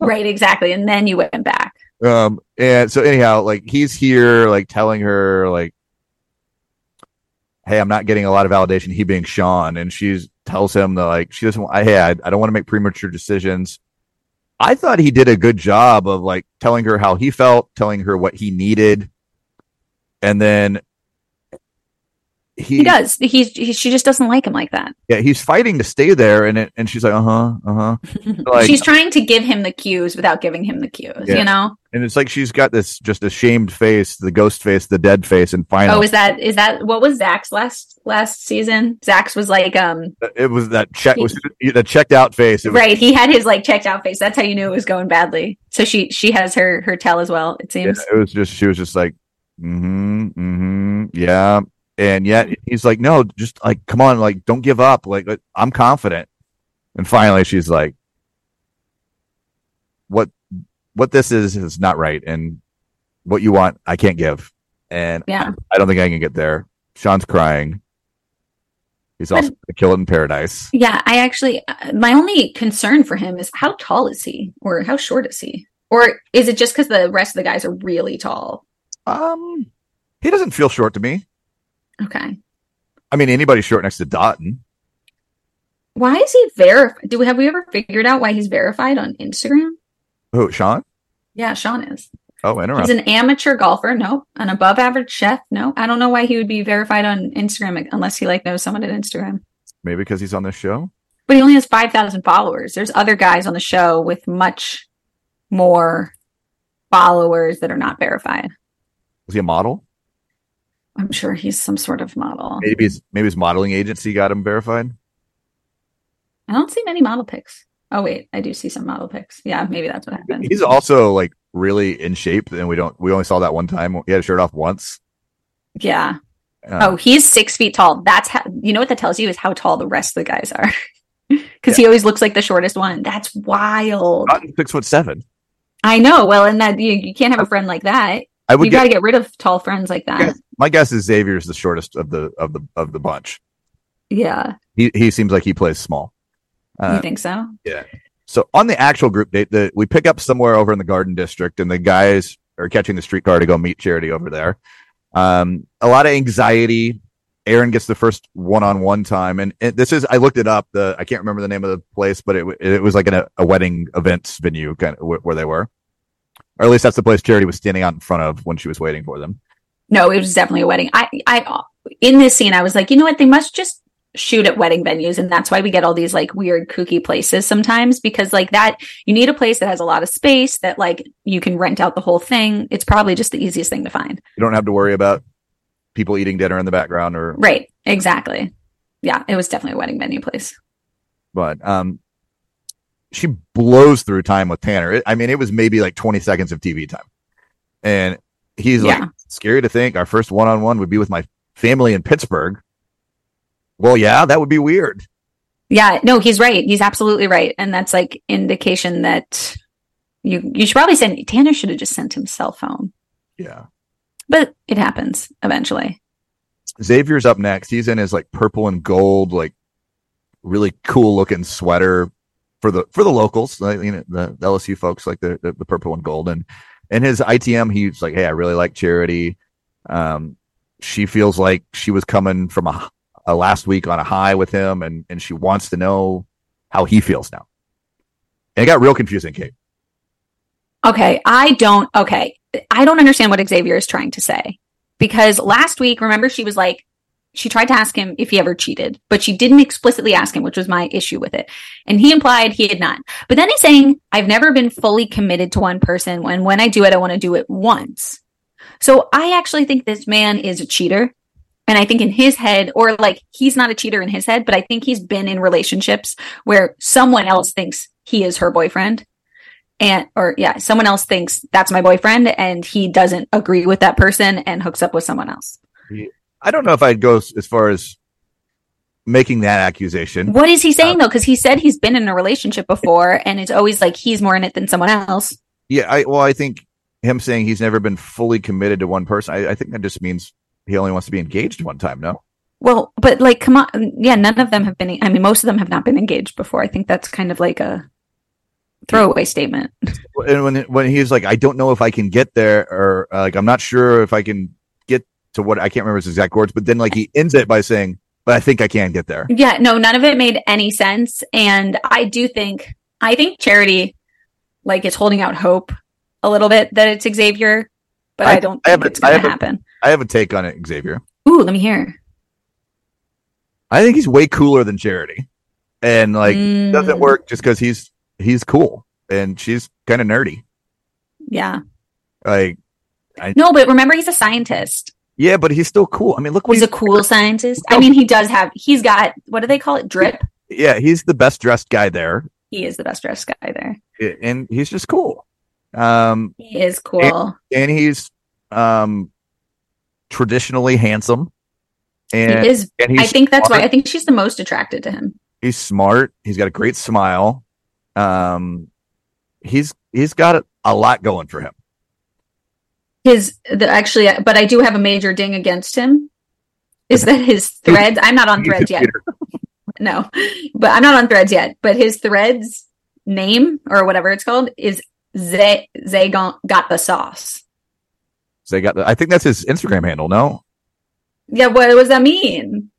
[SPEAKER 3] Right, exactly. And then you went back.
[SPEAKER 2] um, and so anyhow, like he's here, like telling her like, hey, I'm not getting a lot of validation. He being Sean, and she's tells him that like she doesn't. I hey, I, I don't want to make premature decisions. I thought he did a good job of like telling her how he felt, telling her what he needed, and then he,
[SPEAKER 3] He does. He's he, she just doesn't like him like that.
[SPEAKER 2] yeah, he's fighting to stay there, and it, and she's like, uh huh, uh
[SPEAKER 3] *laughs*
[SPEAKER 2] huh, Like-
[SPEAKER 3] She's trying to give him the cues without giving him the cues.
[SPEAKER 2] Yeah.
[SPEAKER 3] You know.
[SPEAKER 2] and it's like she's got this just ashamed face, the ghost face, the dead face, and finally,
[SPEAKER 3] Oh, is that is that what was Zach's last last season? Zach's was like um
[SPEAKER 2] it was that check was the checked out face. It was,
[SPEAKER 3] right he had his like checked out face that's how you knew it was going badly so she she has her her tell as well it
[SPEAKER 2] yeah,
[SPEAKER 3] seems
[SPEAKER 2] it was just she was just like, mm-hmm, mm-hmm, yeah. And yet he's like, no, just like come on, like don't give up. Like like, I'm confident. And finally she's like, What what this is is not right and what you want, I can't give. And
[SPEAKER 3] yeah,
[SPEAKER 2] I don't think I can get there. Sean's crying. He's
[SPEAKER 3] But-
[SPEAKER 2] also gonna kill it in paradise.
[SPEAKER 3] yeah i actually uh, my only concern for him is how tall is he or how short is he or is it just because the rest of the guys are really tall
[SPEAKER 2] Um he doesn't feel short to me.
[SPEAKER 3] okay
[SPEAKER 2] I mean anybody's short next to Dotton.
[SPEAKER 3] why is he verified do we have we ever figured out why he's verified on instagram
[SPEAKER 2] Who, Sean?
[SPEAKER 3] yeah sean is
[SPEAKER 2] Oh, interesting.
[SPEAKER 3] he's an amateur golfer no an above average chef no i don't know why he would be verified on instagram unless he like knows someone at instagram
[SPEAKER 2] Maybe because he's on this show.
[SPEAKER 3] but he only has 5,000 followers. There's other guys on the show with much more followers that are not verified.
[SPEAKER 2] Was he a model?
[SPEAKER 3] I'm sure he's some sort of model.
[SPEAKER 2] Maybe his maybe his modeling agency got him verified.
[SPEAKER 3] I don't see many model pics. Oh, wait, I do see some model pics. Yeah, maybe that's what happened.
[SPEAKER 2] *laughs* He's also like really in shape, and we don't we only saw that one time. He had a shirt off once.
[SPEAKER 3] Yeah.
[SPEAKER 2] Uh,
[SPEAKER 3] Oh, he's six feet tall. That's how, you know what that tells you is how tall the rest of the guys are. *laughs* Because he always looks like the shortest one. That's wild.
[SPEAKER 2] not six foot seven.
[SPEAKER 3] I know. Well, and that you, you can't have a friend like that.
[SPEAKER 2] I would
[SPEAKER 3] You
[SPEAKER 2] get,
[SPEAKER 3] got to get rid of tall friends like that.
[SPEAKER 2] my guess is Xavier's the shortest of the of the of the bunch.
[SPEAKER 3] Yeah.
[SPEAKER 2] He he seems like he plays small. Uh,
[SPEAKER 3] you think so?
[SPEAKER 2] So on the actual group date, the, we pick up somewhere over in the Garden District, and the guys are catching the streetcar to go meet Charity over there. Um, a lot of anxiety. Aaron gets the first one-on-one time, and, and this is I looked it up. The I can't remember the name of the place, but it w- it was like in a, a wedding events venue kind of where, where they were, or at least that's the place Charity was standing out in front of when she was waiting for them.
[SPEAKER 3] No, it was definitely a wedding. I, I, in this scene, I was like, you know what? They must just shoot at wedding venues. And that's why we get all these like weird, kooky places sometimes because like that, you need a place that has a lot of space that like you can rent out the whole thing. It's probably just the easiest thing to find.
[SPEAKER 2] You don't have to worry about people eating dinner in the background or
[SPEAKER 3] Right. Exactly. Yeah. It was definitely a wedding venue place.
[SPEAKER 2] but um she blows through time with Tanner. It, I mean, it was maybe like 20 seconds of TV time. And he's
[SPEAKER 3] Yeah.
[SPEAKER 2] like, scary to think our first one on one would be with my family in Pittsburgh. Well, yeah, that would be weird.
[SPEAKER 3] Yeah. No, he's right. He's absolutely right. And that's like indication that you, you should probably send, Tanner should have just sent himself home,
[SPEAKER 2] Yeah.
[SPEAKER 3] but it happens eventually.
[SPEAKER 2] Xavier's up next. He's in his like purple and gold, like really cool looking sweater for the for the locals, like, you know, the, the LSU folks like the, the the purple and gold. And in his ITM, he's like, "Hey, I really like Charity. Um, she feels like she was coming from a, a last week on a high with him, and and she wants to know how he feels now." And it got real confusing, Kate.
[SPEAKER 3] Okay, I don't. Okay, I don't understand what Xavier is trying to say because last week, remember, she was like, she tried to ask him if he ever cheated, but she didn't explicitly ask him, which was my issue with it. And he implied he had not. But then he's saying, I've never been fully committed to one person. When when I do it, I want to do it once. So I actually think this man is a cheater. And I think in his head, or like he's not a cheater in his head, but I think he's been in relationships where someone else thinks he is her boyfriend and or yeah, someone else thinks that's my boyfriend and he doesn't agree with that person and hooks up with someone else.
[SPEAKER 2] I don't know if I'd go s- as far as making that accusation.
[SPEAKER 3] What is he saying though? Because he said he's been in a relationship before and it's always like he's more in it than someone else.
[SPEAKER 2] Yeah, I well, I think him saying he's never been fully committed to one person. I, I think that just means he only wants to be engaged one time. No,
[SPEAKER 3] Well, but like, come on. Yeah, none of them have been, I mean, most of them have not been engaged before. I think that's kind of like a throwaway statement.
[SPEAKER 2] and when when he's like, I don't know if I can get there, or uh, like I'm not sure if I can get to what I can't remember his exact words, but then like he ends it by saying, "But I think I can get there."
[SPEAKER 3] Yeah, no, none of it made any sense. And I do think, I think charity like is holding out hope a little bit that it's Xavier, but I,
[SPEAKER 2] I-
[SPEAKER 3] don't
[SPEAKER 2] I have
[SPEAKER 3] think
[SPEAKER 2] a-
[SPEAKER 3] it's
[SPEAKER 2] I
[SPEAKER 3] going
[SPEAKER 2] have
[SPEAKER 3] to
[SPEAKER 2] a-
[SPEAKER 3] happen.
[SPEAKER 2] I have a take on it, Xavier.
[SPEAKER 3] Ooh, let me hear.
[SPEAKER 2] I think he's way cooler than Charity, and like doesn't
[SPEAKER 3] Mm,
[SPEAKER 2] work just because he's he's cool and she's kind of nerdy.
[SPEAKER 3] Yeah.
[SPEAKER 2] Like,
[SPEAKER 3] No, but remember he's a scientist.
[SPEAKER 2] yeah, but he's still cool. I mean, look what
[SPEAKER 3] He's a cool scientist. I mean, he does have he's got what do they call it? Drip.
[SPEAKER 2] yeah, he's the best dressed guy there,
[SPEAKER 3] He is the best dressed guy there.
[SPEAKER 2] i- and he's just cool. Um,
[SPEAKER 3] He is cool.
[SPEAKER 2] and he's um traditionally handsome, and
[SPEAKER 3] he is
[SPEAKER 2] and he's
[SPEAKER 3] I think that's why
[SPEAKER 2] smart.
[SPEAKER 3] I think she's the most attracted to him.
[SPEAKER 2] he's smart. He's got a great smile. Um, he's he's got a, a lot going for him.
[SPEAKER 3] His the, actually uh, but I do have a major ding against him. Is that his threads? I'm not on threads yet. No. But I'm not on threads yet. But his threads name or whatever it's called is Zay Zay gon- got the sauce.
[SPEAKER 2] So they got. The, I think that's his Instagram handle. No,
[SPEAKER 3] Yeah, what does that mean?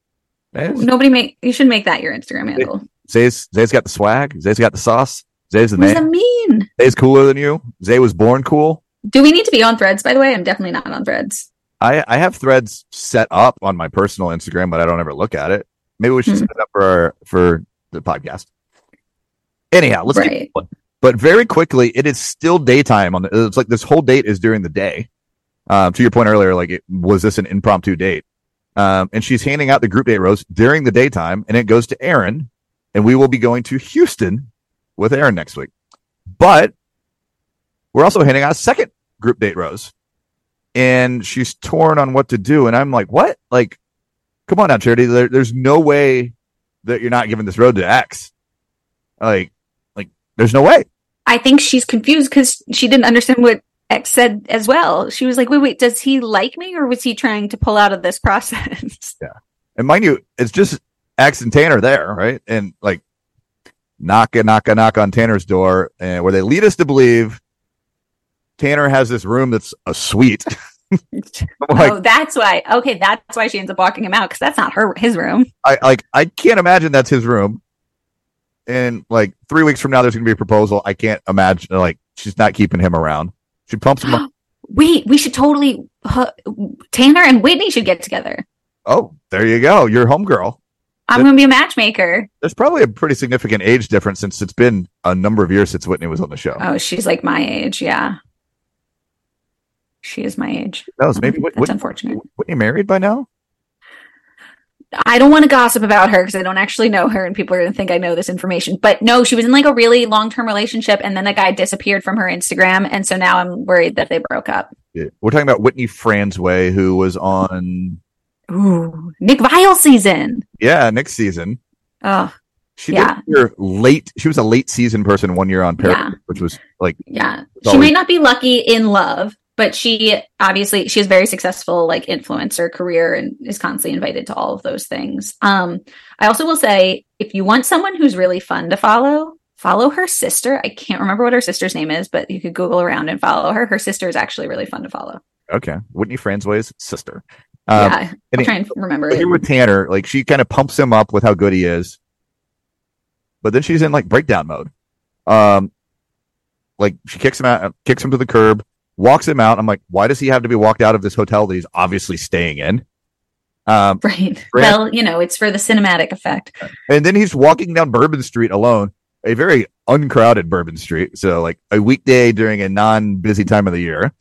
[SPEAKER 2] Zay's
[SPEAKER 3] Nobody make you should make that your Instagram handle.
[SPEAKER 2] Zay's Zay's got the swag. Zay's got the sauce. Zay's the
[SPEAKER 3] What does
[SPEAKER 2] man.
[SPEAKER 3] that mean?
[SPEAKER 2] Zay's cooler than you. Zay was born cool.
[SPEAKER 3] Do we need to be on threads, by the way? I'm definitely not on threads.
[SPEAKER 2] I, I have threads set up on my personal Instagram, but I don't ever look at it. Maybe we should
[SPEAKER 3] Hmm.
[SPEAKER 2] set it up for our, for the podcast. Anyhow, let's
[SPEAKER 3] right.
[SPEAKER 2] keep going. But very quickly, it is still daytime. On the, it's like this whole date is during the day. Um, to your point earlier, like it, was this an impromptu date? Um, and she's handing out the group date rose during the daytime, and it goes to Aaron. And we will be going to Houston with Aaron next week. But we're also handing out a second group date rose and she's torn on what to do. And I'm like, what? Like, come on now, Charity. There, there's no way that you're not giving this road to X. Like, like there's no way.
[SPEAKER 3] I think she's confused because she didn't understand what X said as well. She was like, wait, wait, does he like me or was he trying to pull out of this process? *laughs*
[SPEAKER 2] And mind you, it's just X and Tanner there, right? And like, knock a knock a knock on Tanner's door, and where they lead us to believe Tanner has this room that's a suite. *laughs* like,
[SPEAKER 3] oh, that's why. Okay, that's why she ends up walking him out because that's not her his room.
[SPEAKER 2] I like I can't imagine that's his room. And like three weeks from now, there's gonna be a proposal. I can't imagine. Like she's not keeping him around. She pumps him. up.
[SPEAKER 3] Wait, we should totally. huh, Tanner and Whitney should get together.
[SPEAKER 2] Oh, there you go. You're homegirl.
[SPEAKER 3] I'm
[SPEAKER 2] That-
[SPEAKER 3] going to be a matchmaker.
[SPEAKER 2] There's probably a pretty significant age difference since it's been a number of years since Whitney was on the show.
[SPEAKER 3] Oh, she's like my age. Yeah, she is my age.
[SPEAKER 2] that was maybe Whit-
[SPEAKER 3] That's
[SPEAKER 2] Whit-
[SPEAKER 3] unfortunate.
[SPEAKER 2] Whitney married by now.
[SPEAKER 3] I don't want to gossip about her because I don't actually know her, and people are going to think I know this information. But no, she was in like a really long term relationship, and then a guy disappeared from her Instagram, and so now I'm worried that they broke up.
[SPEAKER 2] Yeah. We're talking about Whitney Franzway, who was on
[SPEAKER 3] Ooh, Nick Vile season.
[SPEAKER 2] yeah next season.
[SPEAKER 3] Oh,
[SPEAKER 2] She
[SPEAKER 3] Yeah.
[SPEAKER 2] did appear late. She was a late season person one year on Paradise,
[SPEAKER 3] Yeah.
[SPEAKER 2] which was like
[SPEAKER 3] yeah.
[SPEAKER 2] It's
[SPEAKER 3] she
[SPEAKER 2] always-
[SPEAKER 3] may not be lucky in love, but she obviously she has very successful like influencer career and is constantly invited to all of those things. Um, I also will say if you want someone who's really fun to follow, follow her sister. I can't remember what her sister's name is, but you could Google around and follow her. Her sister is actually really fun to follow.
[SPEAKER 2] okay. Whitney Franzway's sister. Um,
[SPEAKER 3] yeah,
[SPEAKER 2] any-
[SPEAKER 3] I'll try and remember
[SPEAKER 2] But
[SPEAKER 3] it.
[SPEAKER 2] here with Tanner, like she kind of pumps him up with how good he is, but then she's in like breakdown mode. Um, like she kicks him out, uh, kicks him to the curb, walks him out. I'm like, why does he have to be walked out of this hotel that he's obviously staying in? Um,
[SPEAKER 3] *laughs* Right.
[SPEAKER 2] Brand-
[SPEAKER 3] Well, you know, it's for the cinematic effect.
[SPEAKER 2] and then he's walking down Bourbon Street alone, a very uncrowded Bourbon Street. So like a weekday during a non-busy time of the year,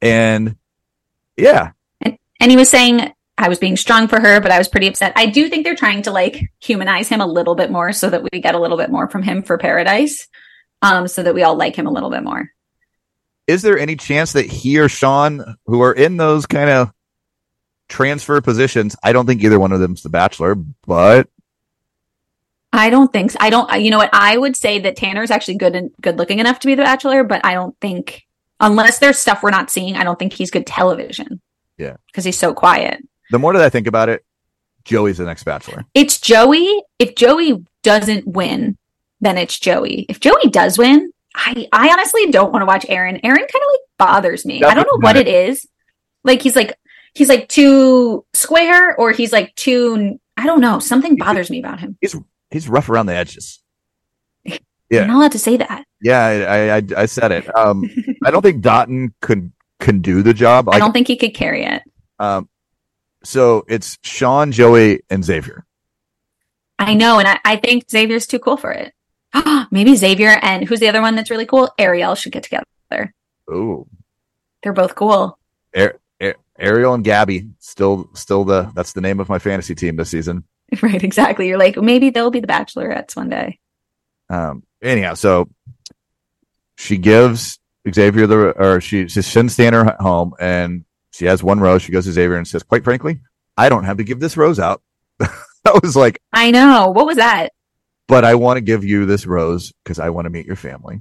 [SPEAKER 2] and yeah,
[SPEAKER 3] And he was saying I was being strong for her, but I was pretty upset. I do think they're trying to like humanize him a little bit more so that we get a little bit more from him for paradise. Um, so that we all like him a little bit more.
[SPEAKER 2] is there any chance that he or Sean, who are in those kind of transfer positions, I don't think either one of them's the bachelor, but
[SPEAKER 3] I don't think so. I don't uh, you know what I would say that Tanner's actually good and good looking enough to be the bachelor, but I don't think unless there's stuff we're not seeing, I don't think he's good television.
[SPEAKER 2] Yeah.
[SPEAKER 3] Because he's so quiet.
[SPEAKER 2] the more that I think about it, Joey's the next bachelor.
[SPEAKER 3] It's Joey. If Joey doesn't win, then it's Joey. If Joey does win, I, I honestly don't want to watch Aaron. Aaron kind of like bothers me. I don't know what it is. Like he's like he's like too square or he's like too I don't know. Something bothers me about him.
[SPEAKER 2] He's rough around the edges. Yeah.
[SPEAKER 3] You're not allowed to say that.
[SPEAKER 2] Yeah, I I, I said it. Um, I don't think Dotton could can do the job.
[SPEAKER 3] I
[SPEAKER 2] Like,
[SPEAKER 3] don't think he could carry it.
[SPEAKER 2] um, so it's Sean, Joey, and Xavier.
[SPEAKER 3] I know, and I, I think Xavier's too cool for it. *gasps* Maybe Xavier and who's the other one that's really cool? Ariel should get together.
[SPEAKER 2] Ooh,
[SPEAKER 3] They're both cool. *laughs*
[SPEAKER 2] Ariel and Gabby still still the that's the name of my fantasy team this season.
[SPEAKER 3] Right, exactly. You're like, maybe they'll be the bachelorettes one day.
[SPEAKER 2] Um, anyhow, so she gives Xavier the, or she, she sends Tanner h- home and she has one rose. She goes to Xavier and says, quite frankly, I don't have to give this rose out. *laughs* I was like,
[SPEAKER 3] I know. What was that?
[SPEAKER 2] but I want to give you this rose because I want to meet your family.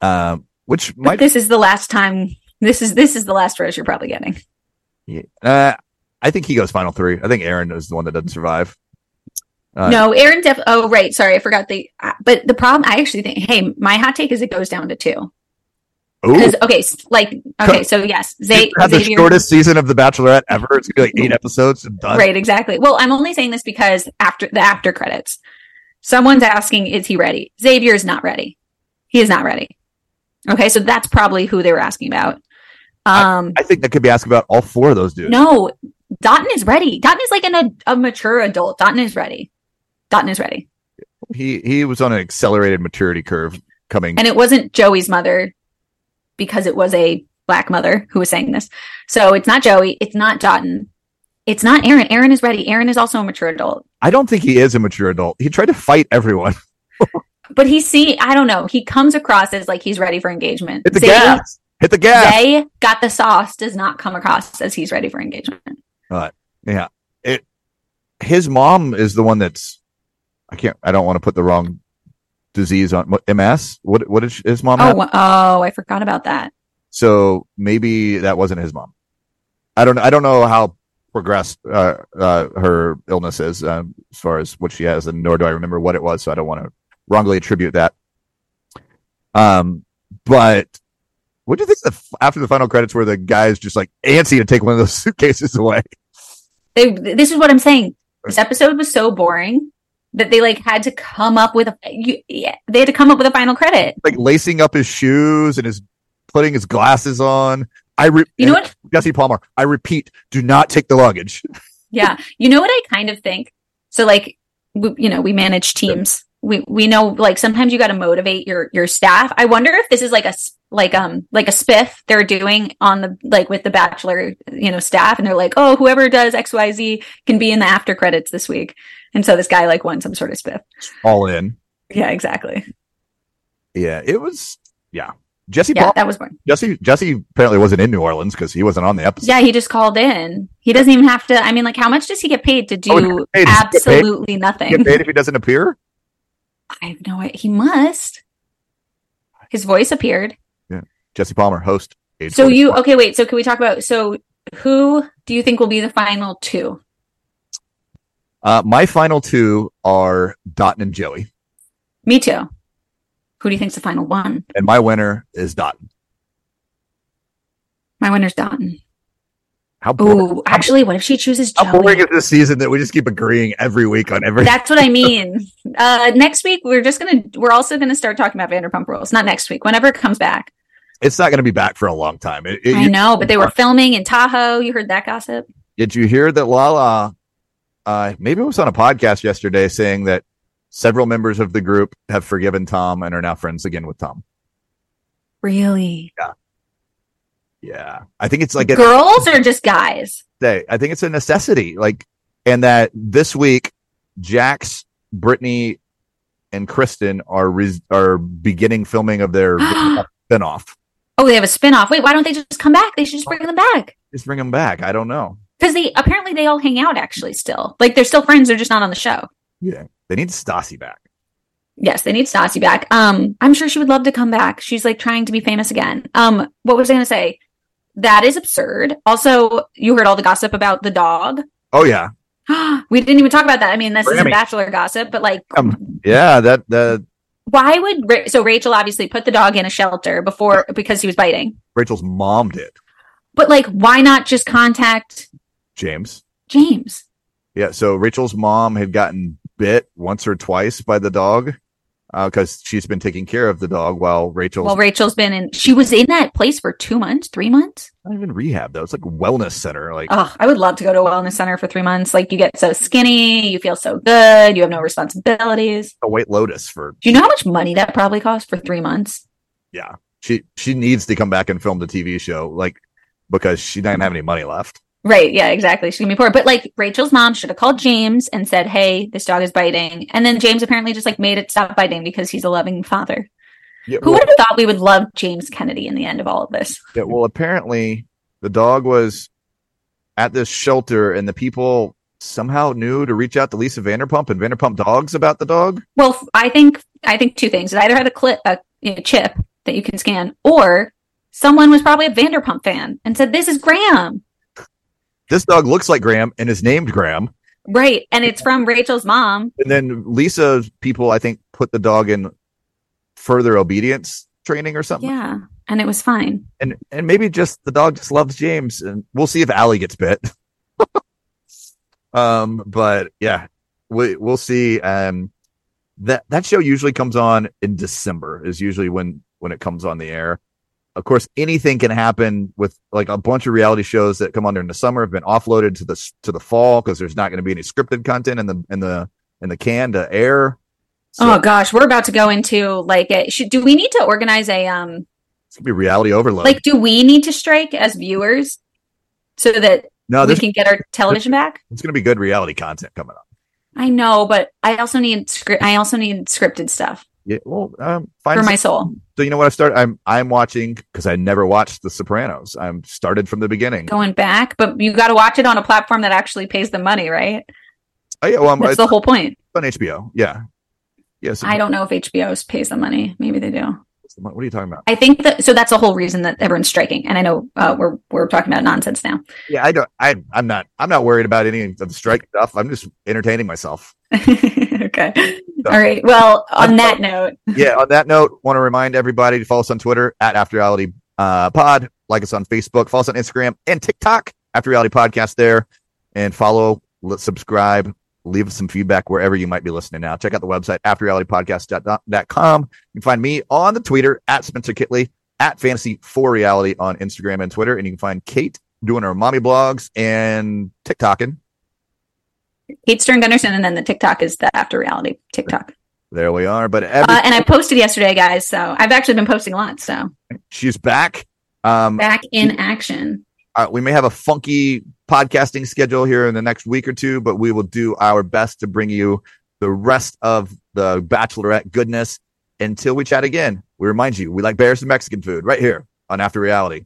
[SPEAKER 2] Um, which
[SPEAKER 3] But
[SPEAKER 2] might,
[SPEAKER 3] this is the last time. This is this is the last rose you're probably getting.
[SPEAKER 2] yeah. uh, I think he goes final three. I think Aaron is the one that doesn't survive. Uh,
[SPEAKER 3] no, Aaron. Def. Oh, right. Sorry, I forgot the. Uh, but the problem, I actually think. Hey, my hot take is it goes down to two.
[SPEAKER 2] Ooh,
[SPEAKER 3] Because okay, s- like okay, so yes, Zay,
[SPEAKER 2] had the
[SPEAKER 3] Xavier.
[SPEAKER 2] shortest season of The Bachelorette ever. It's gonna be like eight episodes and done.
[SPEAKER 3] Right, exactly. Well, I'm only saying this because after the after credits, someone's asking, "Is he ready?" Xavier is not ready. He is not ready. Okay, so that's probably who they were asking about. Um,
[SPEAKER 2] I think that could be asked about all four of those dudes.
[SPEAKER 3] No, Dotton is ready. Dotton is like an, ad- a mature adult. Dotton is ready. Dotton is ready.
[SPEAKER 2] he he was on an accelerated maturity curve coming.
[SPEAKER 3] And it wasn't Joey's mother because it was a black mother who was saying this. So it's not Joey. It's not Dotton. It's not Aaron. Aaron is ready. Aaron is also a mature adult.
[SPEAKER 2] I don't think he is a mature adult. He tried to fight everyone. *laughs*
[SPEAKER 3] But he see, I don't know. He comes across as like he's ready for engagement.
[SPEAKER 2] Hit the
[SPEAKER 3] Zay-
[SPEAKER 2] gas. Hit the gas.
[SPEAKER 3] Zay got the sauce does not come across as he's ready for engagement.
[SPEAKER 2] His mom is the one that's. I can't. I don't want to put the wrong disease on what, MS. What what is his mom?
[SPEAKER 3] Oh,
[SPEAKER 2] have?
[SPEAKER 3] wha- oh, I forgot about that.
[SPEAKER 2] So maybe that wasn't his mom. I don't. I don't know how progressed uh, uh, her illness is um, as far as what she has, and nor do I remember what it was. So I don't want to wrongly attribute that. Um, but What do you think? The, f- after the final credits, where the guy's just like antsy to take one of those *laughs* suitcases away.
[SPEAKER 3] They, this is what I'm saying. This episode was so boring that they like had to come up with a you, yeah, they had to come up with a final credit.
[SPEAKER 2] like lacing up his shoes and his putting his glasses on. I re-
[SPEAKER 3] You know what?
[SPEAKER 2] Jesse Palmer. I repeat, do not take the
[SPEAKER 3] *laughs*
[SPEAKER 2] luggage.
[SPEAKER 3] Yeah, you know what I kind of think. So like, we, you know, we manage teams. We we know like sometimes you got to motivate your your staff. I wonder if this is like a s- like um like a spiff they're doing on the like with the bachelor you know staff and they're like oh whoever does X Y Z can be in the after credits this week. And so this guy like won some sort of spiff.
[SPEAKER 2] All in.
[SPEAKER 3] Yeah, exactly.
[SPEAKER 2] Yeah, it was. Yeah, Jesse.
[SPEAKER 3] Yeah,
[SPEAKER 2] Palmer,
[SPEAKER 3] that was boring.
[SPEAKER 2] Jesse. Jesse apparently wasn't in New Orleans because he wasn't on the episode.
[SPEAKER 3] Yeah, he just called in. He doesn't even have to. I mean, like, how much does he get paid to do
[SPEAKER 2] Oh, he gets paid. Does he get paid?
[SPEAKER 3] absolutely
[SPEAKER 2] Get
[SPEAKER 3] nothing?
[SPEAKER 2] paid if he doesn't appear.
[SPEAKER 3] I have no idea. He must. His voice appeared.
[SPEAKER 2] Jesse Palmer, host. age
[SPEAKER 3] So you
[SPEAKER 2] 44.
[SPEAKER 3] okay? Wait. So can we talk about? So who do you think will be the final two?
[SPEAKER 2] Uh, my final two are Dotton and Joey,
[SPEAKER 3] Me too. Who do you think's the final one?
[SPEAKER 2] and my winner is Dotton.
[SPEAKER 3] My winner's Dotton.
[SPEAKER 2] How boring,
[SPEAKER 3] Ooh, actually, what if she chooses
[SPEAKER 2] how boring
[SPEAKER 3] Joey?
[SPEAKER 2] is this season that we just keep agreeing every week on every?
[SPEAKER 3] That's what I mean. Uh, next week we're just gonna we're also gonna start talking about Vanderpump Rules. Not next week, whenever it comes back.
[SPEAKER 2] it's not going to be back for a long time. It- it-
[SPEAKER 3] I
[SPEAKER 2] you-
[SPEAKER 3] know, but they were filming in Tahoe. You heard that gossip?
[SPEAKER 2] Did you hear that Lala, uh, maybe it was on a podcast yesterday, saying that several members of the group have forgiven Tom and are now friends again with Tom?
[SPEAKER 3] Really?
[SPEAKER 2] Yeah. I think it's like a
[SPEAKER 3] Girls or just guys?
[SPEAKER 2] day. I think it's a necessity. Like, and that this week, Jax, Brittany, and Kristen are res- are beginning filming of
[SPEAKER 3] *gasps*
[SPEAKER 2] their spinoff.
[SPEAKER 3] Oh, they have a spinoff. Wait, why don't they just come back? They should just bring them back.
[SPEAKER 2] Just bring them back. I don't know.
[SPEAKER 3] Because they apparently they all hang out actually still. Like they're still friends, they're just not on the show.
[SPEAKER 2] Yeah. They need Stassi back.
[SPEAKER 3] Yes, they need Stassi back. Um, I'm sure she would love to come back. She's like trying to be famous again. Um, what was I gonna say? That is absurd. Also, you heard all the gossip about the dog. *gasps*
[SPEAKER 2] Oh, yeah.
[SPEAKER 3] we didn't even talk about that. I mean, this
[SPEAKER 2] Grammy.
[SPEAKER 3] isn't bachelor gossip, but like
[SPEAKER 2] Yeah. That, that
[SPEAKER 3] why would Ra- so Rachel obviously put the dog in a shelter before because he was biting.
[SPEAKER 2] Rachel's mom did,
[SPEAKER 3] But like why not just contact
[SPEAKER 2] James.
[SPEAKER 3] James?
[SPEAKER 2] Yeah, so Rachel's mom had gotten bit once or twice by the dog because she's been taking care of the dog while Rachel's
[SPEAKER 3] Well, Rachel's been in. She was in that place for two months, three months.
[SPEAKER 2] not even rehab though. It's like a wellness center. Like
[SPEAKER 3] Oh, I would love to go to a wellness center for three months. Like you get so skinny, you feel so good, you have no responsibilities.
[SPEAKER 2] a White Lotus for
[SPEAKER 3] Do you know how much money that probably cost for three months?
[SPEAKER 2] yeah. She she needs to come back and film the TV show like because she didn't have any money left.
[SPEAKER 3] Right. Yeah. Exactly. She's gonna be poor. But like Rachel's mom should have called James and said, "Hey, this dog is biting," and then James apparently just like made it stop biting because he's a loving father.
[SPEAKER 2] Yeah,
[SPEAKER 3] Who
[SPEAKER 2] well,
[SPEAKER 3] would have thought we would love James Kennedy in the end of all of this?
[SPEAKER 2] yeah, well, apparently the dog was at this shelter and the people somehow knew to reach out to Lisa Vanderpump and Vanderpump Dogs about the dog.
[SPEAKER 3] Well, f- I think I think two things. It either had a clip, a you know, chip that you can scan, or someone was probably a Vanderpump fan and said, "This is Graham,
[SPEAKER 2] This dog looks like Graham and is named Graham.
[SPEAKER 3] right?" And it's from Rachel's mom.
[SPEAKER 2] And then Lisa's people, I think, put the dog in further obedience training or something.
[SPEAKER 3] Yeah, and it was fine.
[SPEAKER 2] And and maybe just the dog just loves James. And we'll see if Allie gets bit. *laughs* um, but yeah, we we'll see. Um, that that show usually comes on in December. Is usually when when it comes on the air. Of course, anything can happen with like a bunch of reality shows that come on during the summer have been offloaded to the s- to the fall because there's not going to be any scripted content in the in the in the can to air. So-
[SPEAKER 3] oh gosh, we're about to go into like, a, should, do we need to organize a um,
[SPEAKER 2] It's gonna be reality overload.
[SPEAKER 3] like, do we need to strike as viewers so that
[SPEAKER 2] no,
[SPEAKER 3] we
[SPEAKER 2] there's
[SPEAKER 3] can get our television back?
[SPEAKER 2] it's gonna be good reality content coming up.
[SPEAKER 3] I know, but I also need script. I also need scripted stuff
[SPEAKER 2] Yeah, well, um, find
[SPEAKER 3] for
[SPEAKER 2] some-
[SPEAKER 3] my soul.
[SPEAKER 2] so you know what I started. I'm I'm watching because I never watched The Sopranos. I'm started from the beginning.
[SPEAKER 3] Going back, but you got to watch it on a platform that actually pays the money, right?
[SPEAKER 2] Oh yeah, well, I'm,
[SPEAKER 3] That's
[SPEAKER 2] it's
[SPEAKER 3] the whole point.
[SPEAKER 2] on HBO. Yeah, yes.
[SPEAKER 3] I don't know if HBO pays the money. Maybe they do.
[SPEAKER 2] what are you talking about?
[SPEAKER 3] I think that so. That's the whole reason that everyone's striking. And I know uh, we're we're talking about nonsense now. *laughs*
[SPEAKER 2] Yeah, I don't. I I'm not. I'm not worried about any of the strike stuff. I'm just entertaining myself.
[SPEAKER 3] okay. All right. Well, on that note,
[SPEAKER 2] yeah. On that note, want to remind everybody to follow us on Twitter at After Reality uh, pod. Like us on Facebook, follow us on Instagram and TikTok after reality podcast there, and follow, let, subscribe, leave us some feedback wherever you might be listening now. Check out the website afterrealitypodcast.com. You can find me on the Twitter at Spencer Kitley at Fantasy for Reality on Instagram and Twitter, and you can find Kate doing her mommy blogs and TikToking.
[SPEAKER 3] Kate Stern Gunderson, and then the TikTok is the After Reality TikTok.
[SPEAKER 2] There we are. But every,
[SPEAKER 3] uh, and I posted yesterday, guys. So I've actually been posting a lot. So
[SPEAKER 2] she's back. Um,
[SPEAKER 3] back in action.
[SPEAKER 2] uh, we may have a funky podcasting schedule here in the next week or two, but we will do our best to bring you the rest of the Bachelorette goodness until we chat again. We remind you, we like bears and Mexican food right here on After Reality.